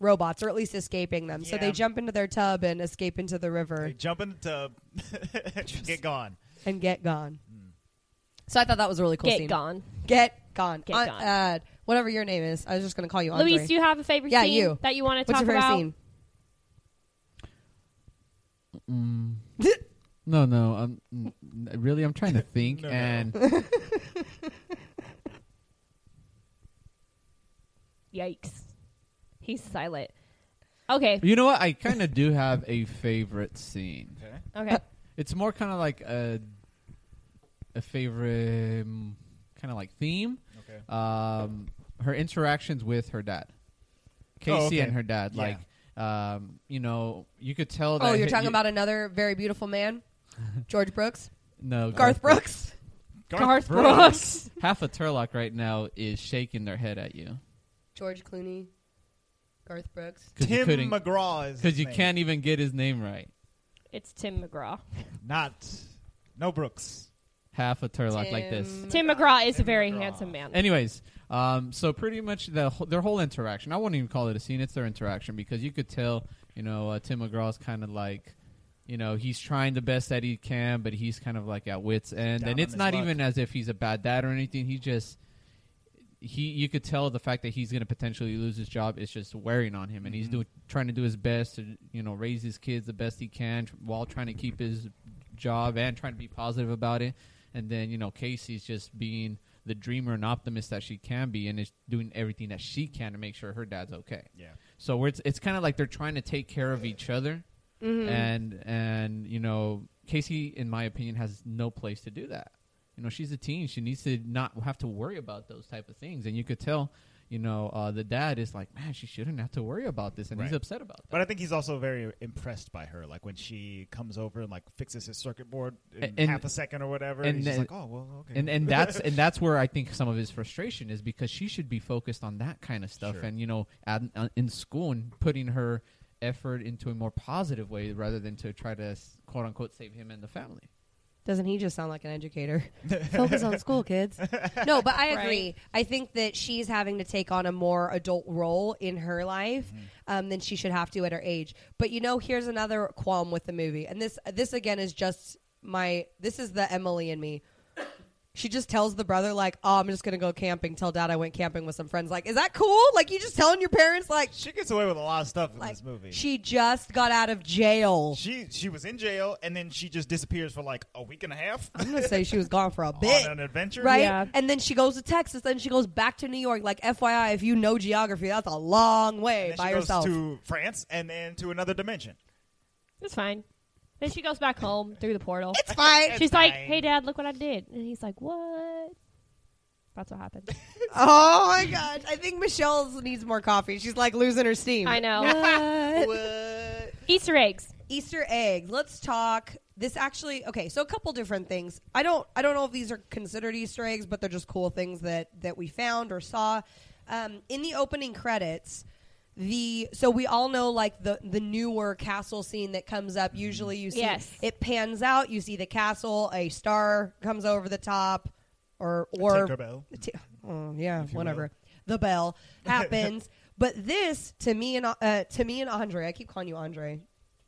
Speaker 2: robots, or at least escaping them. So
Speaker 4: Yeah.
Speaker 2: they jump into their tub and escape into the river
Speaker 4: They jump in the tub. (laughs) Get gone.
Speaker 2: and get gone. So I thought that was a really cool.
Speaker 3: Get
Speaker 2: scene.
Speaker 3: gone.
Speaker 2: Get gone.
Speaker 3: Get
Speaker 2: Uh,
Speaker 3: gone.
Speaker 2: uh, whatever your name is, I was just going to call you Andre.
Speaker 3: Luis, do you have a favorite
Speaker 2: Yeah,
Speaker 3: scene
Speaker 2: you.
Speaker 3: that you want to
Speaker 2: What's
Speaker 3: talk
Speaker 2: your favorite
Speaker 3: about?
Speaker 2: scene? Mm. (laughs)
Speaker 1: No, no. I'm n- n- really. I'm trying to think,
Speaker 4: (laughs) No, no.
Speaker 1: and
Speaker 3: Yikes. He's silent. Okay.
Speaker 1: you know what? I kind of do have a favorite scene.
Speaker 4: Okay.
Speaker 3: Okay.
Speaker 1: It's more kind of like a a favorite kind of like theme.
Speaker 4: Okay.
Speaker 1: Um, her interactions with her dad, Casey,
Speaker 4: Oh, okay.
Speaker 1: and her dad.
Speaker 4: Yeah.
Speaker 1: Like, um, you know, you could tell. That
Speaker 2: Oh, you're
Speaker 1: he-
Speaker 2: talking
Speaker 1: you-
Speaker 2: about another very beautiful man, (laughs) George Brooks,
Speaker 1: no
Speaker 2: Garth Brooks.
Speaker 4: (laughs)
Speaker 3: Garth Brooks.
Speaker 1: Half a Turlock right now is shaking their head at you
Speaker 2: George Clooney, Garth Brooks.
Speaker 1: because you
Speaker 4: Tim
Speaker 1: couldn't
Speaker 4: McGraw is
Speaker 1: because
Speaker 4: his
Speaker 1: you
Speaker 4: name.
Speaker 1: can't even get his name right.
Speaker 3: It's Tim McGraw.
Speaker 4: Not. No Brooks.
Speaker 1: Half a Turlock like this.
Speaker 2: Tim
Speaker 3: Tim McGraw is a
Speaker 4: Tim
Speaker 3: very
Speaker 4: McGraw.
Speaker 3: handsome man.
Speaker 1: Anyways, um, so pretty much the wh- their whole interaction. I wouldn't even call it a scene; it's their interaction because you could tell, you know, uh, Tim McGraw's kind of like, you know, he's trying the best that he can, but he's kind of like at wits end,
Speaker 4: Down
Speaker 1: and
Speaker 4: on
Speaker 1: it's
Speaker 4: his
Speaker 1: not
Speaker 4: luck.
Speaker 1: even as if he's a bad dad or anything. He just he you could tell the fact that he's going to potentially lose his job is just wearing on him, and he's doing trying to do his best to you know raise his kids the best he can tr- while trying to keep his job and trying to be positive about it. And then you know Casey's just being the dreamer and optimist that she can be, and is doing everything that she can to make sure her dad's okay.
Speaker 4: Yeah.
Speaker 1: So we're, it's it's kind of like they're trying to take care of each other, and and you know Casey, in my opinion, has no place to do that. You know, she's a teen; she needs to not have to worry about those type of things. And you could tell, you know, uh, the dad is like, man, she shouldn't have to worry about this, and he's
Speaker 4: Right.
Speaker 1: upset about that.
Speaker 4: But I think he's also very impressed by her. Like when she comes over and like fixes his circuit board in
Speaker 1: A- and-
Speaker 4: half a second or whatever,
Speaker 1: and
Speaker 4: and, he's just
Speaker 1: then-
Speaker 4: like, "Oh well, okay."
Speaker 1: and and that's and that's where I think some of his frustration is because she should be focused on that kind of stuff
Speaker 4: Sure.
Speaker 1: and you know at, uh, in school and putting her effort into a more positive way rather than to try to quote unquote save him and the family.
Speaker 2: Doesn't he just sound like an (laughs) educator?
Speaker 3: Focus on school, kids.
Speaker 2: no, but I (laughs)
Speaker 3: Right.
Speaker 2: agree. I think that she's having to take on a more adult role in her life
Speaker 1: Mm.
Speaker 2: um, than she should have to at her age. But you know, here's another qualm with the movie, and this this again is just my this is the Emily in me. She just tells the brother like, "Oh, I'm just gonna go camping." Tell dad I went camping with some friends. Like, is that cool? Like, you just telling your parents like,
Speaker 4: she gets away with a lot of stuff in
Speaker 2: like
Speaker 4: this movie.
Speaker 2: she just got out of jail.
Speaker 4: she she was in jail and then she just disappears for like a week and
Speaker 2: (laughs)
Speaker 4: a half (laughs)
Speaker 2: I'm gonna say she was gone for a bit.
Speaker 4: on an adventure.
Speaker 2: right?
Speaker 3: Yeah.
Speaker 2: And then she goes to Texas, then she goes back to New York. Like, FYI, if you know geography, that's a long way
Speaker 4: And then
Speaker 2: by
Speaker 4: she goes
Speaker 2: yourself.
Speaker 4: to France and then to another dimension.
Speaker 3: It's fine. Then she goes back home through the portal.
Speaker 2: it's fine.
Speaker 3: She's like,
Speaker 4: fine.
Speaker 3: "Hey, Dad, look what I did," and he's like, "What?" That's what happened.
Speaker 2: oh my gosh, I think Michelle needs more coffee. She's like losing her steam. (laughs)
Speaker 3: I know. (laughs)
Speaker 4: What?
Speaker 3: Easter
Speaker 4: (laughs)
Speaker 3: eggs.
Speaker 2: Easter eggs. Let's talk. This actually okay. So a couple different things. I don't. I don't know if these are considered Easter eggs, but they're just cool things that that we found or saw. Um, in the opening credits, the so we all know like the the newer castle scene that comes up. Usually, you see
Speaker 3: Yes.
Speaker 2: it pans out. You see the castle. A star comes over the top, or or
Speaker 4: Tinker Bell.
Speaker 2: Ti- oh, yeah,
Speaker 4: you
Speaker 2: whatever. The
Speaker 4: (laughs)
Speaker 2: bell happens. But this to me and uh, to me and Andre, I keep calling you Andre.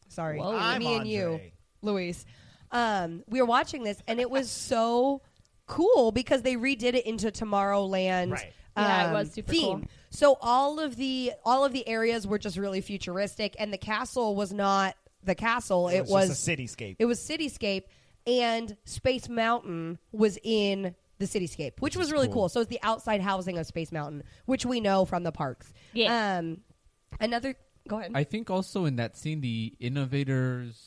Speaker 2: Sorry,
Speaker 3: Whoa.
Speaker 4: I'm
Speaker 2: me and you,
Speaker 4: Andre.
Speaker 2: Luis. Um, we were watching this, and it was so cool because they redid it into Tomorrowland. um,
Speaker 4: Right.
Speaker 3: Yeah, it was super
Speaker 2: theme.
Speaker 3: cool.
Speaker 2: So all of the all of the areas were just really futuristic, and the castle was not the castle. It,
Speaker 4: It was, just a cityscape.
Speaker 2: it was cityscape, and Space Mountain was in the cityscape, which was really cool. So it's the outside housing of Space Mountain, which we know from the parks.
Speaker 3: Yeah.
Speaker 2: Um, another. Go ahead.
Speaker 1: I think also in that scene the innovators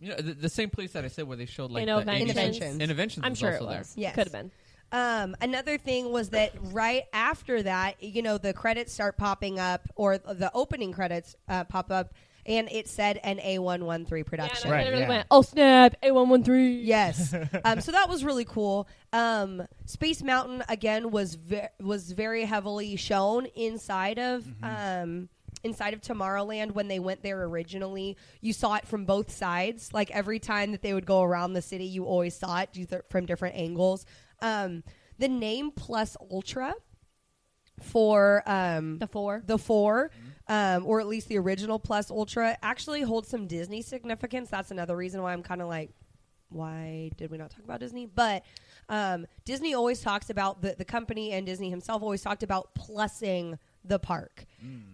Speaker 1: you know the, the same place that I said where they showed like the
Speaker 3: Innovations.
Speaker 1: 80s
Speaker 2: Innovations.
Speaker 1: Innovations
Speaker 3: I'm
Speaker 1: was
Speaker 3: sure it
Speaker 1: also there.
Speaker 3: was.
Speaker 2: Yes.
Speaker 3: Could have been.
Speaker 2: Um, another thing was that right after that, you know, the credits start popping up, or the opening credits uh, pop up, and it said an A113 production.
Speaker 3: Yeah, and I
Speaker 4: Right,
Speaker 3: literally
Speaker 4: yeah.
Speaker 3: went, "Oh snap! A one one three.
Speaker 2: Yes. Um, so that was really cool. Um, Space Mountain again was ve- was very heavily shown inside of um, inside of Tomorrowland when they went there originally. You saw it from both sides. Like every time that they would go around the city, you always saw it do th- from different angles. Um, the name plus ultra for um,
Speaker 3: The four.
Speaker 2: the 4 um, or at least the original plus ultra actually holds some disney significance that's another reason why i'm kind of like why did we not talk about disney but um, disney always talks about the, the company and disney himself always talked about plussing the park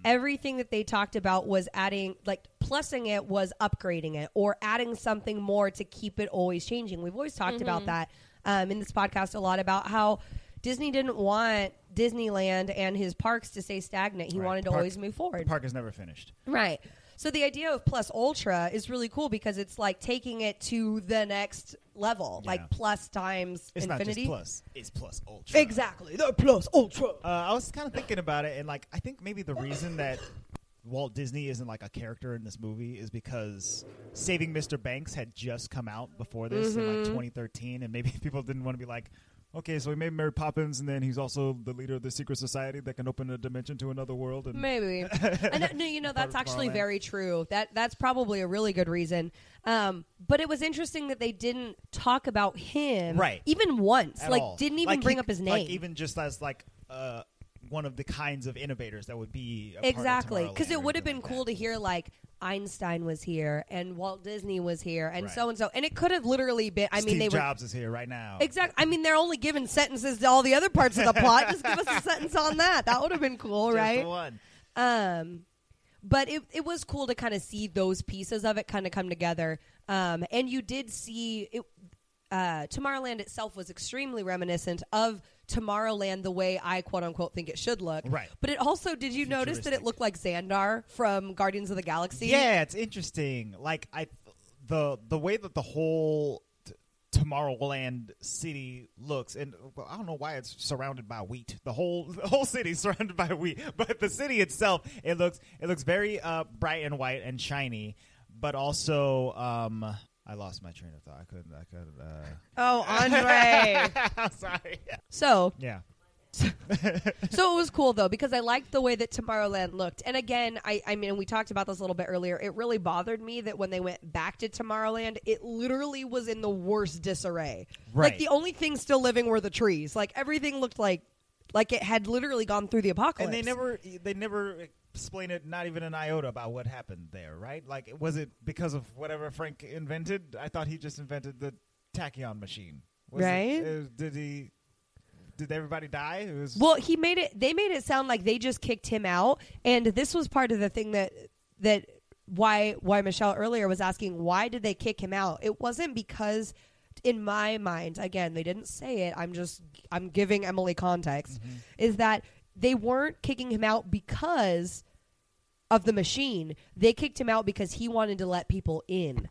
Speaker 2: everything that they talked about was adding like plussing it was upgrading it or adding something more to keep it always changing we've always talked about that um, in this podcast a lot about how Disney didn't want Disneyland and his parks to stay stagnant. He
Speaker 4: Right.
Speaker 2: wanted to
Speaker 4: Park-
Speaker 2: always move
Speaker 4: the
Speaker 2: forward.
Speaker 4: park is never finished.
Speaker 2: Right. So the idea of Plus Ultra is really cool because it's like taking it to the next level,
Speaker 4: Yeah.
Speaker 2: like plus times
Speaker 4: It's
Speaker 2: infinity.
Speaker 4: not just plus. It's plus ultra. (laughs)
Speaker 2: Exactly. The Plus Ultra.
Speaker 4: Uh, I was kind of thinking about it, and like I think maybe the reason that Walt Disney isn't like a character in this movie is because Saving Mr. Banks had just come out before this in
Speaker 2: Mm-hmm.
Speaker 4: like 2013, and maybe (laughs) people didn't want to be like, okay, so we made Mary Poppins, and then he's also the leader of the secret society that can open a dimension to another world. And
Speaker 2: Maybe. and that, no, you
Speaker 4: (laughs)
Speaker 2: know that's
Speaker 4: Part of
Speaker 2: actually
Speaker 4: Tomorrowland.
Speaker 2: very true. That that's probably a really good reason. Um, but it was interesting that they didn't talk about him,
Speaker 4: Right.
Speaker 2: Even once,
Speaker 4: at
Speaker 2: like
Speaker 4: all.
Speaker 2: didn't even
Speaker 4: Like, he-
Speaker 2: bring up his name.
Speaker 4: like even just as like uh, one of the kinds of innovators that would be a part of
Speaker 2: exactly because
Speaker 4: Tomorrowland
Speaker 2: it
Speaker 4: or
Speaker 2: would have
Speaker 4: anything
Speaker 2: been
Speaker 4: like
Speaker 2: cool
Speaker 4: that.
Speaker 2: to hear like einstein was here and walt disney was here and
Speaker 4: Right.
Speaker 2: so and so and it could have literally been i mean
Speaker 4: Steve
Speaker 2: they were
Speaker 4: Jobs is here right now.
Speaker 2: exactly i mean they're only giving sentences to all the other parts of the plot just give us a sentence on that that would have been cool
Speaker 4: Just
Speaker 2: right
Speaker 4: the one.
Speaker 2: um, but it, it was cool to kind of see those pieces of it kind of come together. Um, and you did see it. uh, Tomorrowland itself was extremely reminiscent of Tomorrowland the way I quote unquote think it should look.
Speaker 4: Right.
Speaker 2: But it also did you notice that it
Speaker 4: Futuristic.
Speaker 2: looked like Xandar from Guardians of the Galaxy?
Speaker 4: Yeah, it's interesting. Like I, the the way that the whole t- Tomorrowland city looks, and well, I don't know why it's surrounded by wheat. The whole (laughs) the whole city is surrounded by wheat, (laughs) but the city itself it looks it looks very uh, bright and white and shiny, but also um, I lost my train of thought. I couldn't. I couldn't. Uh,
Speaker 2: Oh, Andre.
Speaker 4: I'm (laughs) sorry.
Speaker 2: so
Speaker 4: Yeah.
Speaker 2: so it was cool though because I liked the way that Tomorrowland looked. And again, I, I mean, we talked about this a little bit earlier. It really bothered me that when they went back to Tomorrowland, it literally was in the worst disarray.
Speaker 4: Right.
Speaker 2: Like the only things still living were the trees. Like everything looked like like it had literally gone through the apocalypse.
Speaker 4: And they never they never explain it not even an iota about what happened there, right? Like was it because of whatever Frank invented? I thought he just invented the tachyon machine. Was it-
Speaker 2: Right?
Speaker 4: uh, did he did everybody die? It was
Speaker 2: Well, he made it. They made it sound like they just kicked him out, and this was part of the thing that that why why Michelle earlier was asking why did they kick him out? It wasn't because, in my mind, again they didn't say it. I'm just I'm giving Emily context. Is that they weren't kicking him out because of the machine? They kicked him out because he wanted to let people in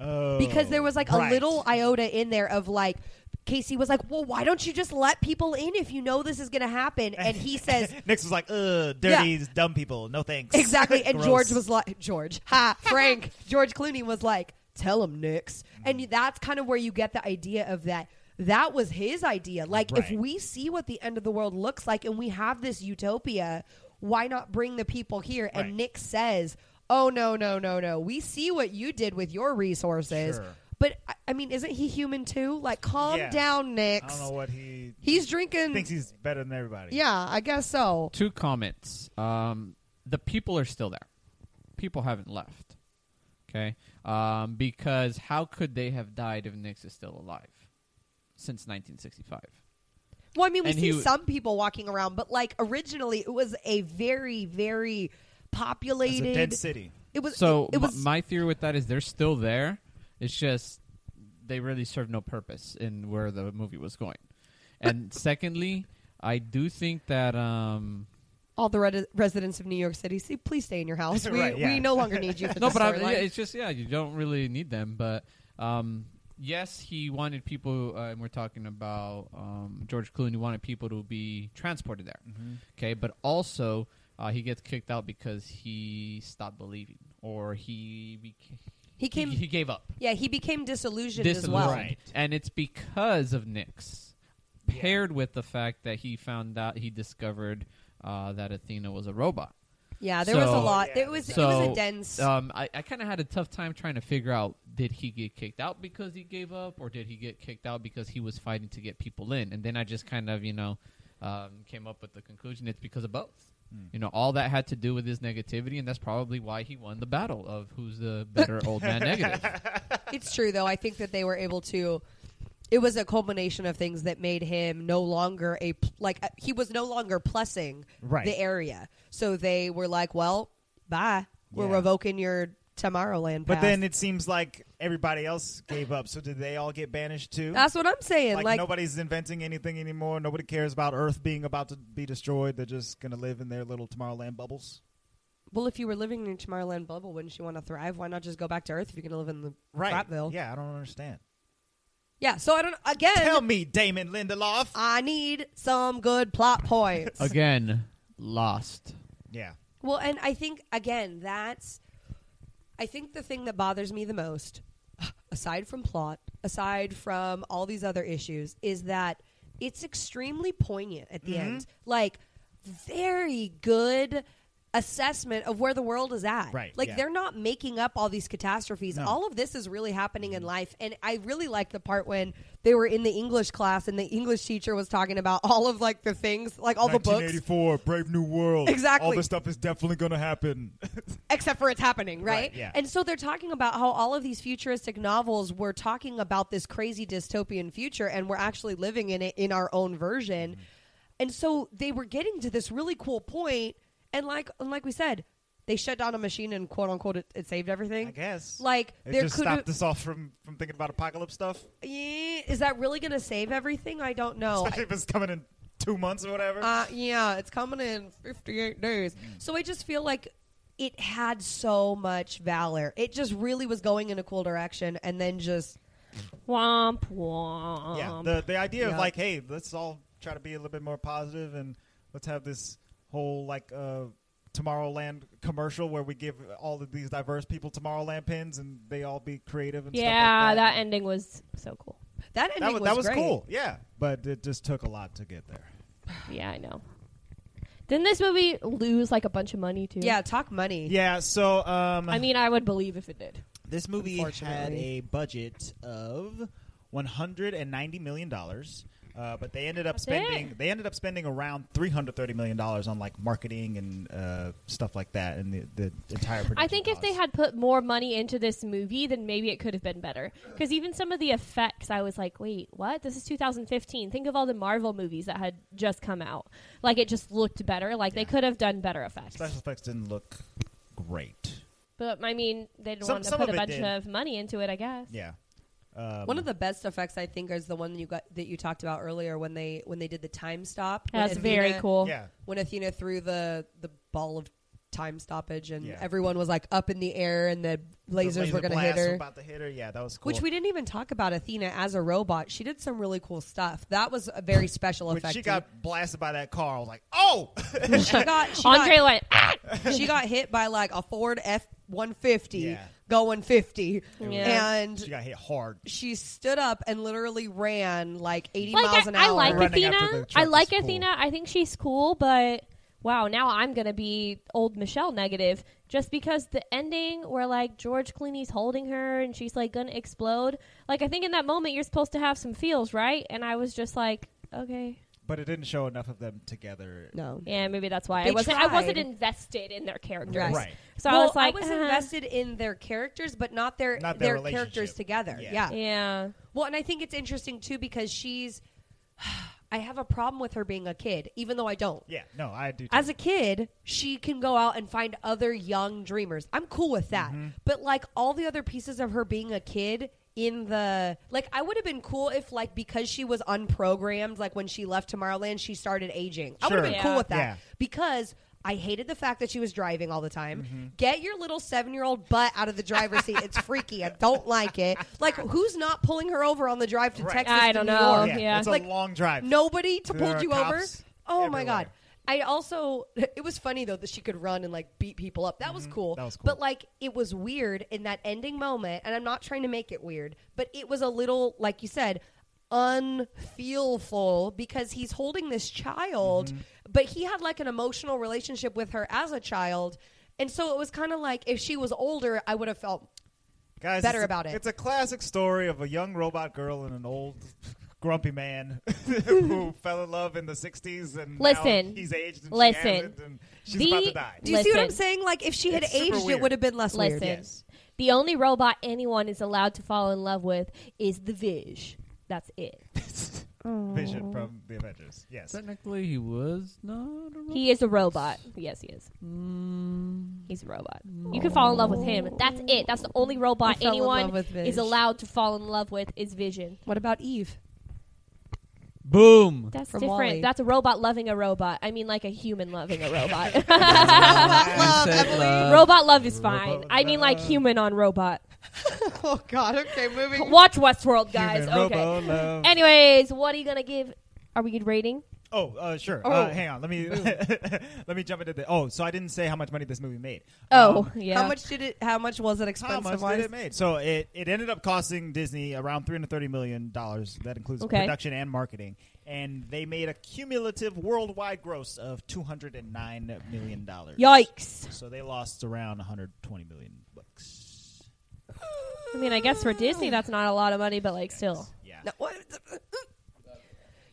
Speaker 4: Oh,
Speaker 2: because there was like
Speaker 4: right.
Speaker 2: a little iota in there of like Casey was like, "Well, why don't you just let people in if you know this is going to happen?" And he says,
Speaker 4: (laughs) Nix was like, "Ugh, dirty dumb people. No thanks." (laughs)
Speaker 2: "Exactly." And
Speaker 4: Gross.
Speaker 2: George was like, "George, ha, Frank." George Clooney was like, "Tell him, Nix."
Speaker 4: Mm.
Speaker 2: And you- that's kind of where you get the idea of that. That was his idea. Like, if
Speaker 4: Right.
Speaker 2: we see what the end of the world looks like and we have this utopia, why not bring the people here? And
Speaker 4: Right.
Speaker 2: Nick says, "Oh no, no, no, no. We see what you did with your resources."
Speaker 4: Sure.
Speaker 2: But I- I mean, isn't he human too? Like, calm
Speaker 4: Yeah.
Speaker 2: down, Nick.
Speaker 4: I don't know what he
Speaker 2: He's drinking.
Speaker 4: thinks he's better than everybody.
Speaker 2: yeah, I guess so.
Speaker 1: Two comments. Um, the people are still there. People haven't left. Okay, um, because how could they have died if Nix is still alive since 1965?
Speaker 2: Well, I mean, we
Speaker 1: And
Speaker 2: see
Speaker 1: he-
Speaker 2: some people walking around, but like originally, it was a very, very
Speaker 4: It's
Speaker 2: populated.
Speaker 4: a dead city.
Speaker 2: It was
Speaker 1: So
Speaker 2: It, it
Speaker 1: my-
Speaker 2: was
Speaker 1: my theory with that is they're still there. It's just they really serve no purpose in where the movie was going. And secondly, I do think that um,
Speaker 2: all the re- residents of New York City. See, please stay in
Speaker 1: (laughs)
Speaker 2: your house. We,
Speaker 4: Right, yeah.
Speaker 2: we no longer need you. For
Speaker 1: no,
Speaker 2: this
Speaker 1: but I,
Speaker 2: storyline.
Speaker 1: yeah, it's just yeah, you don't really need them. But um, yes, he wanted people, uh, and we're talking about um, George Clooney wanted people to be transported there.
Speaker 2: Mm-hmm.
Speaker 1: Okay, but also uh, he gets kicked out because he stopped believing, or he beca-
Speaker 2: he came.
Speaker 1: he, he gave up.
Speaker 2: yeah, he became disillusioned,
Speaker 1: Disillusioned,
Speaker 2: as well.
Speaker 4: Right.
Speaker 1: and it's because of Nyx, paired with the fact that he found out he discovered uh, that Athena was a robot.
Speaker 2: Yeah, there was a
Speaker 1: So-
Speaker 2: lot.
Speaker 4: Yeah.
Speaker 2: It was it was
Speaker 1: So,
Speaker 2: a dense.
Speaker 1: Um, I, I kind of had a tough time trying to figure out did he get kicked out because he gave up, or did he get kicked out because he was fighting to get people in? And then I just kind of, you know, um, came up with the conclusion it's because of both. You know, all that had to do with his negativity, and that's probably why he won the battle of who's the better old man negative.
Speaker 2: it's true though. I think that they were able to. It was a culmination of things that made him no longer a pl- like uh, he was no longer plussing
Speaker 4: Right.
Speaker 2: the area. So they were like, "Well, bye. We're
Speaker 4: Yeah.
Speaker 2: revoking your Tomorrowland."
Speaker 4: But
Speaker 2: pass.
Speaker 4: then it seems like everybody else gave up. So did they all get banished too?
Speaker 2: that's what I'm saying.
Speaker 4: like,
Speaker 2: Like,
Speaker 4: nobody's inventing anything anymore. Nobody cares about Earth being about to be destroyed. They're just gonna live in their little Tomorrowland bubbles.
Speaker 2: well, if you were living in Tomorrowland bubble, wouldn't you want to thrive? Why not just go back to Earth if you're going to live in the crapville?
Speaker 4: Yeah, I don't understand.
Speaker 2: Yeah, So I don't. Again,
Speaker 4: Tell me, Damon Lindelof.
Speaker 2: I need some good plot points.
Speaker 1: Again, lost.
Speaker 4: yeah.
Speaker 2: Well, and I think again, that's I think the thing that bothers me the most, (sighs) aside from plot, aside from all these other issues, is that it's extremely poignant at the
Speaker 4: Mm-hmm.
Speaker 2: end. Like very good assessment of where the world is at.
Speaker 4: Right,
Speaker 2: Like
Speaker 4: yeah.
Speaker 2: they're not making up all these catastrophes.
Speaker 4: No. Mm-hmm.
Speaker 2: All of this is really happening in life. And I really like the part when they were in the English class and the English teacher was talking about all of like the things, like all the books
Speaker 4: 1984, Brave New World.
Speaker 2: Exactly.
Speaker 4: All this stuff is definitely
Speaker 2: (laughs)
Speaker 4: gonna happen.
Speaker 2: except for it's happening, right?
Speaker 4: Right, yeah.
Speaker 2: And so they're talking about how all of these futuristic novels were talking about this crazy dystopian future and we're actually living in it in our own version.
Speaker 4: Mm-hmm.
Speaker 2: And so they were getting to this really cool point and like and like we said, they shut down a machine and quote unquote it, it saved everything.
Speaker 4: I guess.
Speaker 2: Like
Speaker 4: it
Speaker 2: there
Speaker 4: just
Speaker 2: could
Speaker 4: stopped us off from, from thinking about apocalypse stuff,
Speaker 2: Eh, is that really going to save everything? I don't know.
Speaker 4: especially (laughs) if it's coming in two months or whatever.
Speaker 2: Uh, yeah, it's coming in 58 days.
Speaker 3: Mm.
Speaker 2: So I just feel like it had so much valor. It just really was going in a cool direction, and then just
Speaker 3: Womp womp.
Speaker 4: yeah, the the idea
Speaker 2: yeah.
Speaker 4: of like, hey, let's all try to be a little bit more positive and let's have this whole like uh, Tomorrowland commercial where we give all of these diverse people Tomorrowland pins and they all be creative and
Speaker 3: yeah,
Speaker 4: stuff like that.
Speaker 3: that ending was so cool.
Speaker 2: that ending
Speaker 4: that was, that was
Speaker 2: great.
Speaker 4: cool. Yeah, but it just took a lot to get there.
Speaker 3: Yeah, I know. Didn't this movie lose like a bunch of money too?
Speaker 2: Yeah, talk money.
Speaker 4: Yeah, so um,
Speaker 3: I mean, I would believe if it did.
Speaker 4: This movie had
Speaker 2: Unfortunately.
Speaker 4: a budget of one hundred and ninety million dollars, uh, but they ended up
Speaker 3: That's
Speaker 4: spending
Speaker 3: it.
Speaker 4: they ended up spending around three hundred thirty million dollars on like marketing and uh, stuff like that, and the, the entire. Production
Speaker 3: I think if they
Speaker 4: cost.
Speaker 3: had put more money into this movie, then maybe it could have been better. Because even some of the effects, I was like, wait, what? This is 2015. Think of all the Marvel movies that had just come out. Like, it just looked better. Like, they
Speaker 4: Yeah.
Speaker 3: could have done better effects.
Speaker 4: special effects didn't look great.
Speaker 3: But, I mean, they didn't
Speaker 4: Some-
Speaker 3: want to
Speaker 4: some
Speaker 3: put a
Speaker 4: of it
Speaker 3: bunch
Speaker 4: did.
Speaker 3: of money into it, I guess.
Speaker 4: Yeah, um,
Speaker 2: One of the best effects I think is the one you got that you talked about earlier when they when they did the time stop. When
Speaker 3: That's very
Speaker 2: Athena-
Speaker 3: cool.
Speaker 4: yeah
Speaker 2: When Athena threw the the ball of time stoppage and
Speaker 4: Yeah.
Speaker 2: everyone was like up in the air and the lasers
Speaker 4: The laser
Speaker 2: were going to hit
Speaker 4: blasts were
Speaker 2: her.
Speaker 4: About to hit her, yeah, that was cool.
Speaker 2: Which we didn't even talk about Athena as a robot. She did some really cool stuff. That was a very special
Speaker 4: When
Speaker 2: effect.
Speaker 4: she
Speaker 2: dude.
Speaker 4: got blasted by that car, I was like, oh, (laughs)
Speaker 2: she got, she
Speaker 3: Andre
Speaker 2: got-
Speaker 3: went, "Ah!"
Speaker 2: she got (laughs) hit by like a Ford F one fifty
Speaker 4: Yeah.
Speaker 2: going fifty,
Speaker 3: Yeah.
Speaker 2: and
Speaker 4: she got hit hard.
Speaker 2: she stood up and literally ran like eighty miles
Speaker 3: like,
Speaker 2: an
Speaker 3: I, I
Speaker 2: hour.
Speaker 3: like
Speaker 4: Running after
Speaker 3: Athena.
Speaker 4: the truck
Speaker 3: I
Speaker 4: is
Speaker 3: like
Speaker 4: cool.
Speaker 3: Athena. I think she's cool, but wow, now I'm going to be old Michelle negative just because the ending where like George Clooney's holding her and she's like going to explode. Like, I think in that moment you're supposed to have some feels, right? And I was just like, okay.
Speaker 4: But it didn't show enough of them together.
Speaker 2: no.
Speaker 3: Yeah, maybe that's why
Speaker 2: They
Speaker 3: I wasn't. I
Speaker 2: tried.
Speaker 3: wasn't invested in their characters,
Speaker 2: Right.
Speaker 4: Right.
Speaker 3: So
Speaker 2: Well,
Speaker 3: I was like, uh-huh.
Speaker 2: invested in their characters, but not their
Speaker 4: Not
Speaker 2: their,
Speaker 4: their
Speaker 2: characters
Speaker 4: relationship.
Speaker 2: together. yeah.
Speaker 4: Yeah.
Speaker 3: Yeah,
Speaker 2: Well, and I think it's interesting too because she's. (sighs) I have a problem with her being a kid, even though I don't.
Speaker 4: Yeah, no, I do. Too.
Speaker 2: As a kid, she can go out and find other young dreamers. I'm cool with that.
Speaker 4: Mm-hmm.
Speaker 2: But like all the other pieces of her being a kid in the like I would have been cool if like because she was unprogrammed like when she left Tomorrowland she started aging. I would have
Speaker 4: Sure.
Speaker 2: been cool
Speaker 3: Yeah.
Speaker 2: with that
Speaker 4: Yeah.
Speaker 2: because I hated the fact that she was driving all the time.
Speaker 4: Mm-hmm.
Speaker 2: Get your little seven-year-old butt out of the driver's seat.
Speaker 4: (laughs)
Speaker 2: It's freaky. I don't like it. Like, who's not pulling her over on the drive to
Speaker 4: Right.
Speaker 2: Texas?
Speaker 3: I
Speaker 2: to
Speaker 3: don't
Speaker 2: New
Speaker 3: know.
Speaker 2: York?
Speaker 4: yeah,
Speaker 3: yeah.
Speaker 4: it's
Speaker 2: Like,
Speaker 4: a long drive.
Speaker 2: nobody to
Speaker 4: There
Speaker 2: pull
Speaker 4: are
Speaker 2: you over.
Speaker 4: cops
Speaker 2: Oh my
Speaker 4: everywhere.
Speaker 2: god. I also it was funny though that she could run and like beat people up. That was cool.
Speaker 4: Mm-hmm. That was cool.
Speaker 2: But like it was weird in that ending moment and I'm not trying to make it weird, but it was a little like you said unfeelful because he's holding this child,
Speaker 4: Mm-hmm.
Speaker 2: but he had like an emotional relationship with her as a child. And so it was kind of like if she was older, I would have felt
Speaker 4: Guys,
Speaker 2: better
Speaker 4: it's a-
Speaker 2: about it.
Speaker 4: It's a classic story of a young robot girl and an old grumpy man (laughs)
Speaker 3: (laughs)
Speaker 4: who fell in love in the '60s, and now
Speaker 3: Listen.
Speaker 4: he's aged and she
Speaker 3: Listen.
Speaker 4: hasn't, and she's
Speaker 3: The-
Speaker 4: about to die.
Speaker 2: Do you see what I'm
Speaker 3: Listen.
Speaker 2: saying? Like if she had
Speaker 4: It's super
Speaker 2: aged, it
Speaker 4: weird.
Speaker 2: would have been less
Speaker 3: listen.
Speaker 2: weird.
Speaker 4: yes.
Speaker 3: The only robot anyone is allowed to fall in love with is the Vij. That's it. (gasps)
Speaker 4: Vision from the Avengers. Yes,
Speaker 1: Technically, he was not. A Mm.
Speaker 3: He is a robot. Yes, he is. He's a robot. You can fall in love with him. That's it. That's the only robot
Speaker 2: I fell in love
Speaker 3: anyone
Speaker 2: with Vij.
Speaker 3: is allowed to fall in love with is Vision.
Speaker 2: What about Eve?
Speaker 1: Boom.
Speaker 3: That's
Speaker 2: From
Speaker 3: different.
Speaker 2: Wall-E.
Speaker 3: That's a robot loving a robot. I mean, like a human loving a robot. (laughs)
Speaker 1: Love, Emily.
Speaker 3: robot love is fine.
Speaker 4: Robot
Speaker 3: I mean, like
Speaker 4: love.
Speaker 3: human on robot.
Speaker 2: (laughs) Oh god, okay, moving
Speaker 3: (laughs) Watch Westworld, guys.
Speaker 4: Human
Speaker 3: okay.
Speaker 4: robo love.
Speaker 3: Anyways, what are you gonna give? Are we good rating?
Speaker 4: Oh, uh, sure.
Speaker 2: Oh.
Speaker 4: Uh, hang on. Let me (laughs) let me jump into the. Oh, so I didn't say how much money this movie made.
Speaker 3: Oh,
Speaker 4: Um,
Speaker 3: yeah.
Speaker 2: How much did it? How much was it
Speaker 4: how
Speaker 2: expensive?
Speaker 4: much
Speaker 2: wise? (gasps)
Speaker 4: did it make? So it, it ended up costing Disney around three hundred thirty million dollars. That includes
Speaker 3: Okay.
Speaker 4: production and marketing, and they made a cumulative worldwide gross of two hundred and nine million dollars.
Speaker 3: Yikes!
Speaker 4: So they lost around one hundred twenty million bucks.
Speaker 3: I mean, I guess for Disney, that's not a lot of money, but like, still.
Speaker 4: Yeah. (laughs)
Speaker 2: No, what?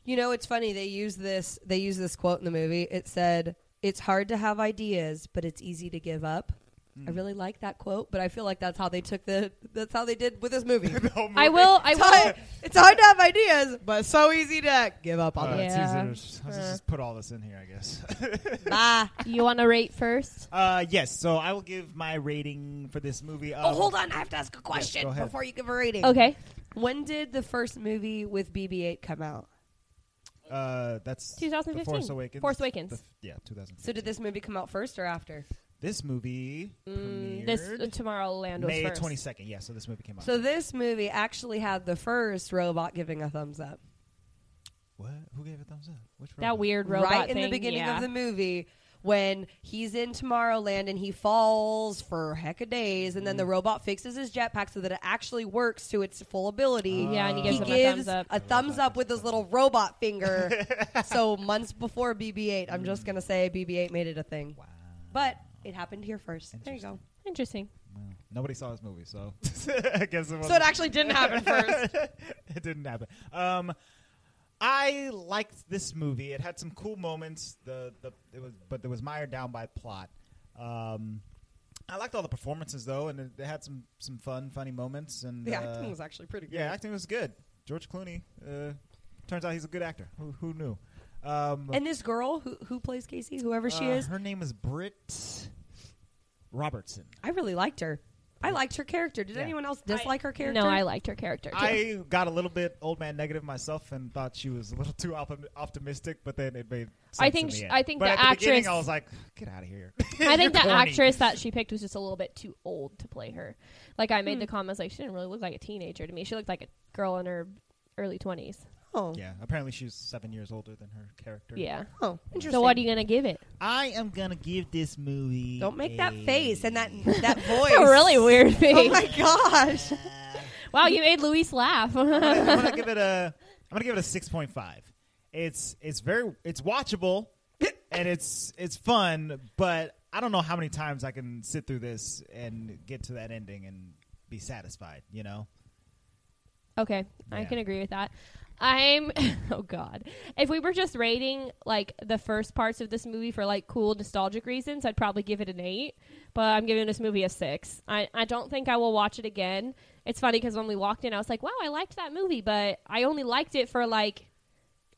Speaker 2: You know, it's funny. They use this. They use this quote in the movie. It said, "It's hard to have ideas, but it's easy to give up."
Speaker 4: Hmm.
Speaker 2: I really like that quote, but I feel like that's how they took the. That's how they did with this
Speaker 4: (laughs)
Speaker 2: movie.
Speaker 4: The whole
Speaker 3: I
Speaker 4: movie.
Speaker 3: will. I
Speaker 2: it's,
Speaker 3: will.
Speaker 2: hard, it's hard to have
Speaker 4: (laughs)
Speaker 2: ideas, but so easy to give up
Speaker 4: Uh,
Speaker 2: on them.
Speaker 3: Yeah.
Speaker 4: it's easier to just, let's
Speaker 3: Sure.
Speaker 4: just put all this in here, I guess. (laughs)
Speaker 2: Bye.
Speaker 3: You want to rate first?
Speaker 4: uh, yes, so I will give my rating for this movie.
Speaker 2: Oh,
Speaker 4: Of,
Speaker 2: hold on. I have to ask a question
Speaker 4: go ahead.
Speaker 2: before you give a rating.
Speaker 3: Okay.
Speaker 2: When did the first movie with BB-8 come out?
Speaker 4: Uh, that's The
Speaker 3: 2015.
Speaker 4: Force Awakens.
Speaker 3: Force Awakens.
Speaker 4: The f- yeah, 2015.
Speaker 2: So did this movie come out first or after?
Speaker 4: This movie premiered
Speaker 3: This uh, Tomorrowland was
Speaker 4: May
Speaker 3: first.
Speaker 4: 22nd. Yeah, so this movie came out.
Speaker 2: So this movie actually had the first robot giving a thumbs up.
Speaker 4: what? Who gave it thumbs up? Which
Speaker 3: That
Speaker 4: robot?
Speaker 3: weird robot
Speaker 2: right in the
Speaker 3: thing,
Speaker 2: beginning
Speaker 3: yeah.
Speaker 2: of the movie when he's in Tomorrowland and he falls for heck of days, and then
Speaker 4: Mm.
Speaker 2: the robot fixes his jetpack so that it actually works to its full ability.
Speaker 4: Ah.
Speaker 3: Yeah, and Uh, he
Speaker 2: he
Speaker 3: gives him a
Speaker 2: gives
Speaker 3: thumbs up.
Speaker 2: a thumbs up with his little robot
Speaker 4: (laughs)
Speaker 2: finger. so months before BB-8, I'm just gonna say BB-8 made it a thing,
Speaker 4: Wow.
Speaker 2: but it happened here first. There you go.
Speaker 4: Interesting.
Speaker 3: Interesting.
Speaker 4: Well, nobody saw this movie, so (laughs) I guess it was.
Speaker 2: So it actually didn't
Speaker 4: (laughs)
Speaker 2: happen first.
Speaker 4: it didn't happen. Um, I liked this movie. It had some cool moments. The the it was, but it was mired down by plot. Um, I liked all the performances though, and it, they had some some fun, funny moments. And
Speaker 2: The
Speaker 4: uh,
Speaker 2: acting was actually pretty good.
Speaker 4: yeah, acting was good. George Clooney. Uh, turns out he's a good actor. Who, who knew? Um,
Speaker 2: And this girl who who plays Casey, whoever she
Speaker 4: uh,
Speaker 2: is,
Speaker 4: Her name is Britt Robertson.
Speaker 2: I really liked her. I liked her character. Did
Speaker 4: Yeah.
Speaker 2: anyone else dislike her character?
Speaker 3: No, I liked her character. Too.
Speaker 4: I got a little bit old man negative myself and thought she was a little too op- optimistic, but then it made. Sense
Speaker 3: I think
Speaker 4: in the
Speaker 3: sh-
Speaker 4: end.
Speaker 3: I think
Speaker 4: but
Speaker 3: the
Speaker 4: at the beginning,
Speaker 3: actress-
Speaker 4: I was like, get out of
Speaker 3: (laughs)
Speaker 4: here.
Speaker 3: I think the
Speaker 4: You're corny.
Speaker 3: actress that she picked was just a little bit too old to play her. Like I
Speaker 2: Hmm.
Speaker 3: made the comments, like she didn't really look like a teenager to me. She looked like a girl in her early twenties.
Speaker 2: Oh,
Speaker 4: Yeah, apparently she's seven years older than her character.
Speaker 3: Yeah.
Speaker 2: Oh, interesting.
Speaker 3: So what are you gonna give it?
Speaker 4: I am gonna give this movie.
Speaker 2: Don't make that
Speaker 4: a-
Speaker 2: face and that
Speaker 4: (laughs)
Speaker 2: that voice.
Speaker 3: That's a (laughs) really
Speaker 2: (laughs)
Speaker 3: weird
Speaker 2: Oh
Speaker 3: thing.
Speaker 2: my gosh.
Speaker 3: wow, you made Luis laugh. (laughs)
Speaker 4: I'm (laughs) gonna give it a. I'm gonna give it a six point five. It's it's very it's watchable, and it's it's fun. But I don't know how many times I can sit through this and get to that ending and be satisfied. You know.
Speaker 3: Okay, I
Speaker 4: Yeah.
Speaker 3: can agree with that. I'm (laughs) oh god. If we were just rating like the first parts of this movie for like cool nostalgic reasons, I'd probably give it an 8, but I'm giving this movie a 6. I I don't think I will watch it again. It's funny cuz when we walked in I was like, "Wow, I liked that movie, but I only liked it for like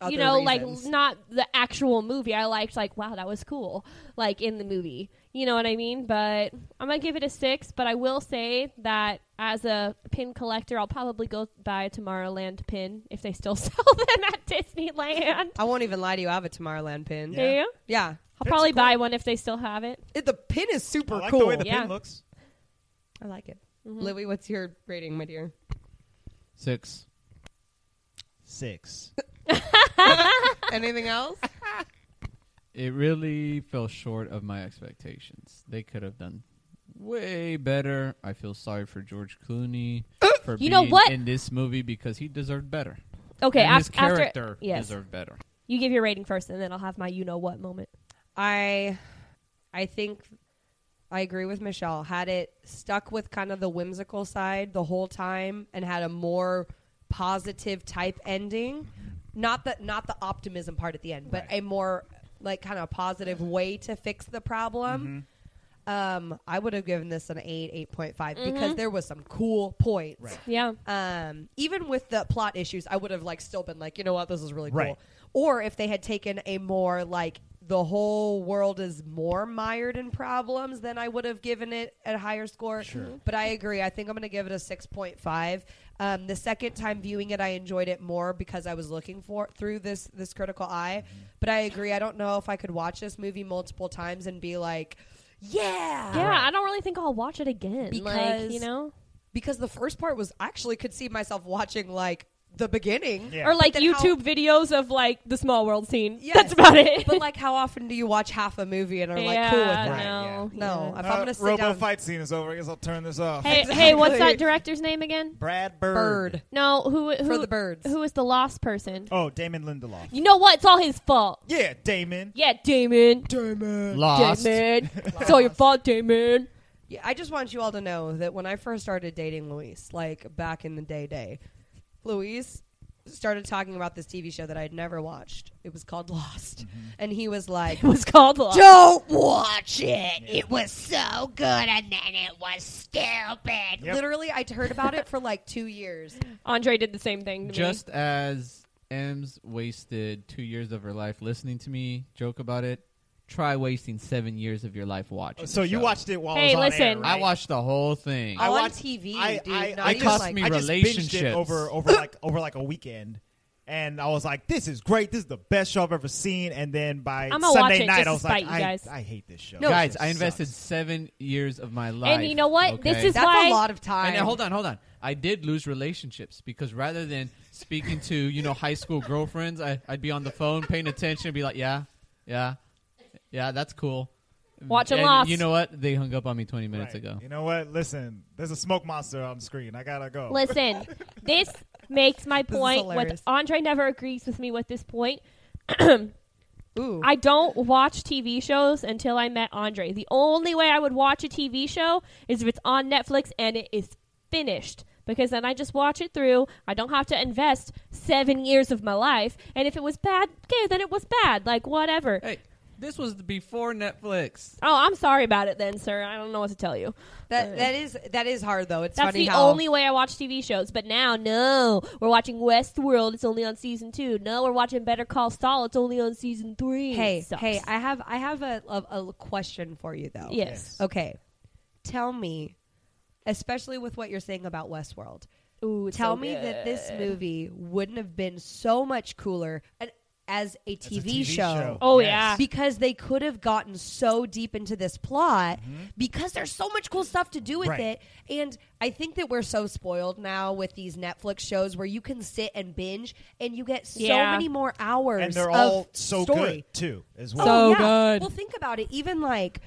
Speaker 3: you know, like not the actual movie. I liked like, wow, that was cool, like in the movie. You know what I mean? But I'm gonna give it a six. But I will say that as a pin collector, I'll probably go buy a Tomorrowland pin if they still (laughs) sell them at Disneyland.
Speaker 2: I won't even lie to you. I have a Tomorrowland pin.
Speaker 3: Do
Speaker 4: Yeah.
Speaker 3: you?
Speaker 2: Yeah.
Speaker 3: I'll
Speaker 4: That's
Speaker 3: probably
Speaker 4: cool.
Speaker 3: buy one if they still have it.
Speaker 2: It, the pin is super
Speaker 4: I like
Speaker 2: cool.
Speaker 4: the way the
Speaker 3: Yeah.
Speaker 4: pin looks.
Speaker 2: I like it. Mm-hmm. Louie, what's your rating, my (laughs) dear?
Speaker 1: Six.
Speaker 4: Six.
Speaker 2: Anything else?
Speaker 1: It really fell short of my expectations. They could have done way better. I feel sorry for George
Speaker 3: (gasps)
Speaker 1: Clooney for
Speaker 3: You
Speaker 1: being
Speaker 3: know what?
Speaker 1: in this movie because he deserved better.
Speaker 3: Okay,
Speaker 1: and his
Speaker 3: after,
Speaker 1: character
Speaker 3: after yes,
Speaker 1: deserved better.
Speaker 3: you give your rating first, and then I'll have my you know what moment.
Speaker 2: I I think I agree with Michelle. Had it stuck with kind of the whimsical side the whole time and had a more positive type ending, not the not the optimism part at the end, but
Speaker 4: Right.
Speaker 2: a more like kind of positive way to fix the problem.
Speaker 4: Mm-hmm.
Speaker 2: Um, I would have given this an eight, eight point five because there was some cool points
Speaker 4: Right.
Speaker 3: Yeah,
Speaker 2: um, even with the plot issues, I would have like still been like, you know what, this is really cool.
Speaker 4: Right.
Speaker 2: Or if they had taken a more like the whole world is more mired in problems, then I would have given it a higher score. Mm-hmm.
Speaker 4: Sure.
Speaker 2: But I agree. I think I'm going to give it a 6.5. Um, the second time viewing it, I enjoyed it more because I was looking for through this this critical eye.
Speaker 4: Mm-hmm.
Speaker 2: But I agree. I don't know if I could watch this movie multiple times and be like, yeah,
Speaker 3: yeah. I don't really think I'll watch it again. like,
Speaker 2: Because-
Speaker 3: you know,
Speaker 2: because the first part was I actually could see myself watching like the beginning.
Speaker 4: Yeah.
Speaker 3: or like
Speaker 2: But then how-
Speaker 3: YouTube videos of like the small world scene.
Speaker 2: Yes.
Speaker 3: That's about it.
Speaker 2: (laughs) (laughs) but like, how often do you watch half a movie and are like
Speaker 3: yeah,
Speaker 2: cool with that?
Speaker 3: No,
Speaker 2: No,
Speaker 3: yeah.
Speaker 2: if
Speaker 4: Uh,
Speaker 2: I'm gonna sit
Speaker 4: Robo
Speaker 2: down,
Speaker 4: fight scene is over. I guess I'll turn this off.
Speaker 3: Hey,
Speaker 2: Exactly.
Speaker 3: hey, what's that director's name again?
Speaker 4: Brad Bird.
Speaker 2: bird.
Speaker 3: No, who, who
Speaker 2: For the birds.
Speaker 3: Who is the lost person?
Speaker 4: Oh, Damon Lindelof.
Speaker 3: You know what? It's all his fault.
Speaker 4: Yeah, Damon.
Speaker 3: Yeah, Damon.
Speaker 4: Damon.
Speaker 3: Damon. it's all your fault, Damon.
Speaker 2: Yeah, I just want you all to know that when I first started dating Luis, like back in the day, day, Luis started talking about this TV show that I'd never watched. It was called Lost.
Speaker 4: Mm-hmm.
Speaker 2: And he was
Speaker 3: (laughs)
Speaker 2: like,
Speaker 3: It was called Lost.
Speaker 2: Don't watch it. It was so good and then it was stupid.
Speaker 4: Yep.
Speaker 2: Literally, I'd heard about it for like two years.
Speaker 3: Andre did the same thing to
Speaker 1: Just as Ems wasted two years of her life listening to me joke about it, try wasting seven years of your life watching.
Speaker 4: So
Speaker 1: the
Speaker 4: you
Speaker 1: show.
Speaker 4: watched it while
Speaker 3: Hey,
Speaker 4: it was on air,
Speaker 3: listen.
Speaker 4: right?
Speaker 1: I watched the whole thing.
Speaker 2: I-
Speaker 1: I,
Speaker 2: On
Speaker 4: watched-
Speaker 2: TV,
Speaker 4: I,
Speaker 2: dude.
Speaker 4: I,
Speaker 2: Not
Speaker 4: I
Speaker 2: even
Speaker 1: cost
Speaker 2: like-
Speaker 1: me
Speaker 4: I just binged it
Speaker 1: relationships.
Speaker 4: over over like over like a weekend, and I was like, "This is great. This is the best show I've ever seen." And then by
Speaker 3: I'ma watch
Speaker 4: Sunday
Speaker 3: it
Speaker 4: night,
Speaker 3: just
Speaker 4: I
Speaker 3: to
Speaker 4: was like,
Speaker 3: spite you
Speaker 4: I,
Speaker 3: guys.
Speaker 4: "I hate this show."
Speaker 1: Guys,
Speaker 4: This
Speaker 1: I
Speaker 4: sucks.
Speaker 1: invested seven years of my life.
Speaker 3: And you know what? This
Speaker 1: okay?
Speaker 3: is
Speaker 2: That's
Speaker 3: why-
Speaker 2: a lot of time.
Speaker 1: And now, hold on, hold on. I did lose relationships because rather than speaking to you know high school girlfriends, I, I'd be on the phone paying attention and be like, yeah, yeah, yeah, that's cool.
Speaker 3: Watching
Speaker 1: and
Speaker 3: Lost.
Speaker 1: You know what? They hung up on me 20 minutes
Speaker 4: Right.
Speaker 1: ago.
Speaker 4: You know what? Listen, there's a smoke monster on the screen. I gotta go.
Speaker 3: me. Listen, this makes my
Speaker 2: is
Speaker 3: point. With
Speaker 2: hilarious.
Speaker 3: Andre never agrees with me with this point.
Speaker 2: Ooh.
Speaker 3: I don't watch TV shows until I met Andre. The only way I would watch a TV show is if it's on Netflix and it is finished. Because then I just watch it through. I don't have to invest seven years of my life. And if it was bad, okay, then it was bad. Like, whatever.
Speaker 1: Hey, this was before Netflix.
Speaker 3: Oh, I'm sorry about it then, sir. I don't know what to tell you.
Speaker 2: that that is that is hard though. It's
Speaker 3: That's
Speaker 2: funny
Speaker 3: the
Speaker 2: how
Speaker 3: only way I watch TV shows. But now, no, we're watching Westworld. It's only on season two. No, we're watching Better Call Saul. It's only on season three.
Speaker 2: Hey,
Speaker 3: It sucks.
Speaker 2: hey, I have I have a, a, a question for you though.
Speaker 3: yes.
Speaker 2: Okay. Tell me, especially with what you're saying about Westworld.
Speaker 3: Ooh, it's
Speaker 2: tell
Speaker 3: so
Speaker 2: me that this
Speaker 3: good.
Speaker 2: movie wouldn't have been so much cooler an- as a
Speaker 4: It's a
Speaker 2: TV, show.
Speaker 3: Oh,
Speaker 4: Yes.
Speaker 3: yeah.
Speaker 2: Because they could have gotten so deep into this plot because there's so much cool stuff to do with
Speaker 4: Mm-hmm. Right.
Speaker 2: it. And I think that we're so spoiled now with these Netflix shows where you can sit and binge and you get so
Speaker 3: Yeah.
Speaker 2: many more hours
Speaker 4: and they're
Speaker 2: of
Speaker 4: all so
Speaker 2: story.
Speaker 4: good too, as well.
Speaker 1: So
Speaker 2: Oh, yeah.
Speaker 1: good.
Speaker 2: Well, think about it. Even like,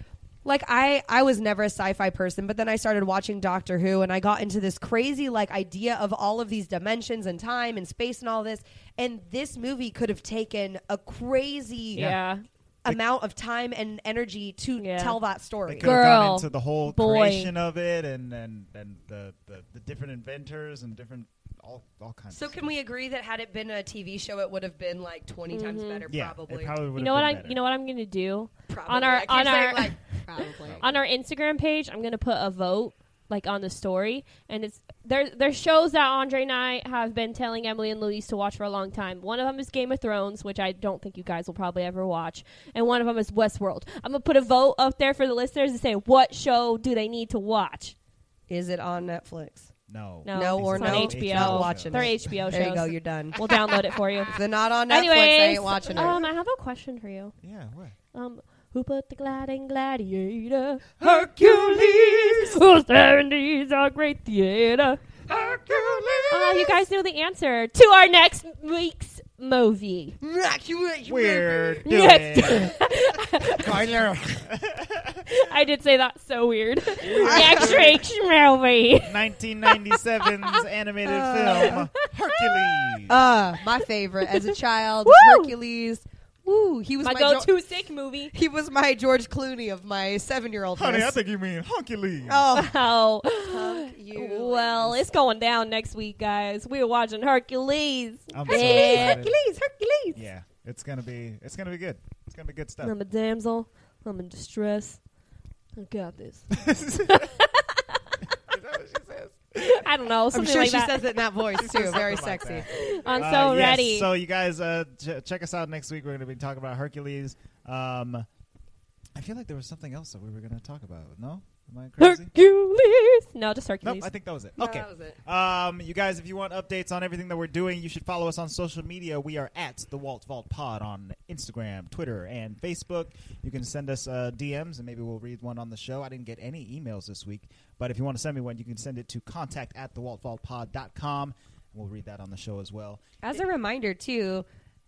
Speaker 2: like I, I was never a sci-fi person, but then I started watching Doctor Who, and I got into this crazy like idea of all of these dimensions and time and space and all this. And this movie could have taken a crazy
Speaker 3: Yeah.
Speaker 2: amount of time and energy to
Speaker 3: Yeah.
Speaker 2: tell that
Speaker 4: They
Speaker 2: story.
Speaker 4: could have gone
Speaker 3: Girl,
Speaker 4: into the whole
Speaker 3: boy.
Speaker 4: creation of it, and and, and the, the the different inventors and different all all kinds.
Speaker 2: So
Speaker 4: of stuff.
Speaker 2: can we agree that had it been a TV show, it would have been like 20 times better,
Speaker 4: Yeah,
Speaker 2: probably.
Speaker 4: it probably would
Speaker 3: You know what
Speaker 4: been
Speaker 3: I'm.
Speaker 4: better.
Speaker 3: You know what I'm gonna do
Speaker 2: Probably.
Speaker 3: on our
Speaker 2: I keep
Speaker 3: on
Speaker 2: saying,
Speaker 3: our
Speaker 2: like, probably.
Speaker 3: (laughs) on our Instagram page. I'm gonna put a vote like on the story, and it's there. There's shows that Andre and I have been telling Emily and Louise to watch for a long time. One of them is Game of Thrones, which I don't think you guys will probably ever watch, and one of them is Westworld. I'm gonna put a vote up there for the listeners and say what show do they need to watch.
Speaker 2: Is it on Netflix?
Speaker 4: No,
Speaker 3: No,
Speaker 2: No or
Speaker 3: it's
Speaker 2: no.
Speaker 3: on HBO.
Speaker 2: Not watching
Speaker 3: They're
Speaker 2: it.
Speaker 3: HBO
Speaker 2: There you go.
Speaker 3: shows.
Speaker 2: You're done.
Speaker 3: we'll download
Speaker 2: (laughs)
Speaker 3: it for you.
Speaker 2: If they're not on Netflix, I
Speaker 3: Anyways,
Speaker 2: ain't watching it.
Speaker 3: um, I have a question for you.
Speaker 4: Yeah, what?
Speaker 3: Um, who put the gliding gladiator? Hercules! Whose serenades are great theater? Hercules! Uh, you guys know the answer to our next week's movie.
Speaker 4: Weird.
Speaker 3: (laughs) Next.
Speaker 4: Kyler.
Speaker 3: (laughs) I did say that so weird. next week's movie.
Speaker 4: 1997's animated film Hercules.
Speaker 2: Uh, my favorite (laughs) as a child,
Speaker 3: Woo!
Speaker 2: Hercules. Woo, he was
Speaker 3: My
Speaker 2: my,
Speaker 3: go
Speaker 2: Geo-
Speaker 3: to sick movie.
Speaker 2: he was my George Clooney of my seven year old.
Speaker 4: Honey, I think you mean Hercules.
Speaker 2: (laughs) oh,
Speaker 3: Oh.
Speaker 2: fuck you.
Speaker 3: Well, it's going down next week, guys. We're watching Hercules.
Speaker 4: I'm so excited.
Speaker 3: Hercules, Hercules.
Speaker 4: Yeah, it's gonna be it's gonna be good. It's gonna be good stuff.
Speaker 3: I'm a damsel. I'm in distress. I got this.
Speaker 4: Is that what she says?
Speaker 3: I don't know.
Speaker 2: I'm
Speaker 3: Something
Speaker 2: sure
Speaker 3: like
Speaker 2: she
Speaker 3: that.
Speaker 2: says it in that
Speaker 4: (laughs)
Speaker 2: voice too. Very
Speaker 4: Something like
Speaker 2: sexy.
Speaker 4: that.
Speaker 3: I'm
Speaker 4: Uh,
Speaker 3: so
Speaker 4: yes,
Speaker 3: ready.
Speaker 4: So you guys, uh, ch- check us out next week. We're gonna be talking about Hercules. Um, I feel like there was something else that we were gonna talk about. No, am I crazy?
Speaker 3: Hercules. No, just Hercules.
Speaker 4: Nope, I think that was it.
Speaker 2: No,
Speaker 4: Okay.
Speaker 2: that was it.
Speaker 4: Um, you guys, if you want updates on everything that we're doing, you should follow us on social media. We are at the Walt Vault Pod on Instagram, Twitter, and Facebook. You can send us uh, DMs, and maybe we'll read one on the show. I didn't get any emails this week, but if you want to send me one, you can send it to contact at thewaltvaultpod.com, and we'll read that on the show as well.
Speaker 2: As a reminder, too,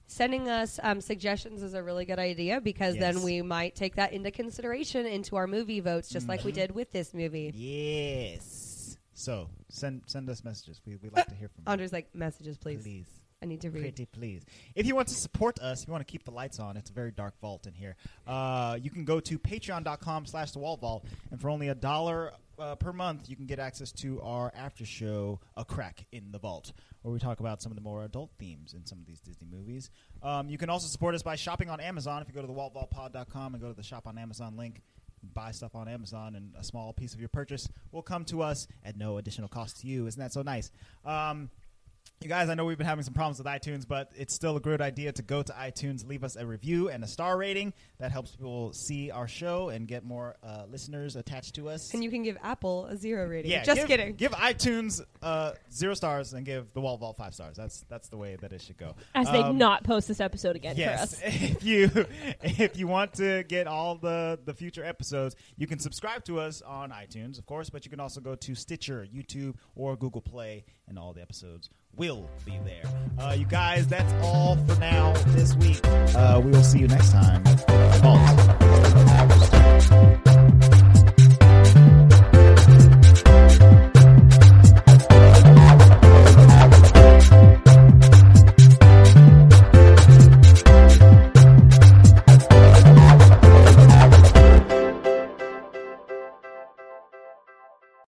Speaker 2: sending us um, suggestions is a really good idea because
Speaker 4: Yes.
Speaker 2: then we might take that into consideration into our movie votes, just like we
Speaker 4: Mm-hmm.
Speaker 2: did with this movie.
Speaker 4: Yes. So send send us messages. We we like to hear from you.
Speaker 2: Andre's like, messages, please.
Speaker 4: Please.
Speaker 2: I need to read.
Speaker 4: Pretty please. If you want to support us, if you want to keep the lights on, it's a very dark vault in here. Uh, you can go to patreon.com slash the wall vault, and for only a dollar uh, per month, you can get access to our after show, A Crack in the Vault, where we talk about some of the more adult themes in some of these Disney movies. Um, you can also support us by shopping on Amazon. If you go to the waltvaultpod.com and go to the Shop on Amazon link, buy stuff on Amazon, and a small piece of your purchase will come to us at no additional cost to you. Isn't that so nice? Um, you guys, I know we've been having some problems with iTunes, but it's still a great idea to go to iTunes, leave us a review and a star rating. That helps people see our show and get more uh, listeners attached to us.
Speaker 2: And you can give Apple a zero rating.
Speaker 4: yeah,
Speaker 2: Just
Speaker 4: give-
Speaker 2: kidding.
Speaker 4: Give iTunes uh, zero stars and give the Wall Vault five stars. That's that's the way that it should go.
Speaker 3: As they
Speaker 4: Um,
Speaker 3: not post this episode again
Speaker 4: yes,
Speaker 3: for us.
Speaker 4: (laughs) if you if you want to get all the the future episodes, you can subscribe to us on iTunes, of course, but you can also go to Stitcher, YouTube, or Google Play, and all the episodes will be there. Uh, you guys, that's all for now this week. Uh, we will see you next time.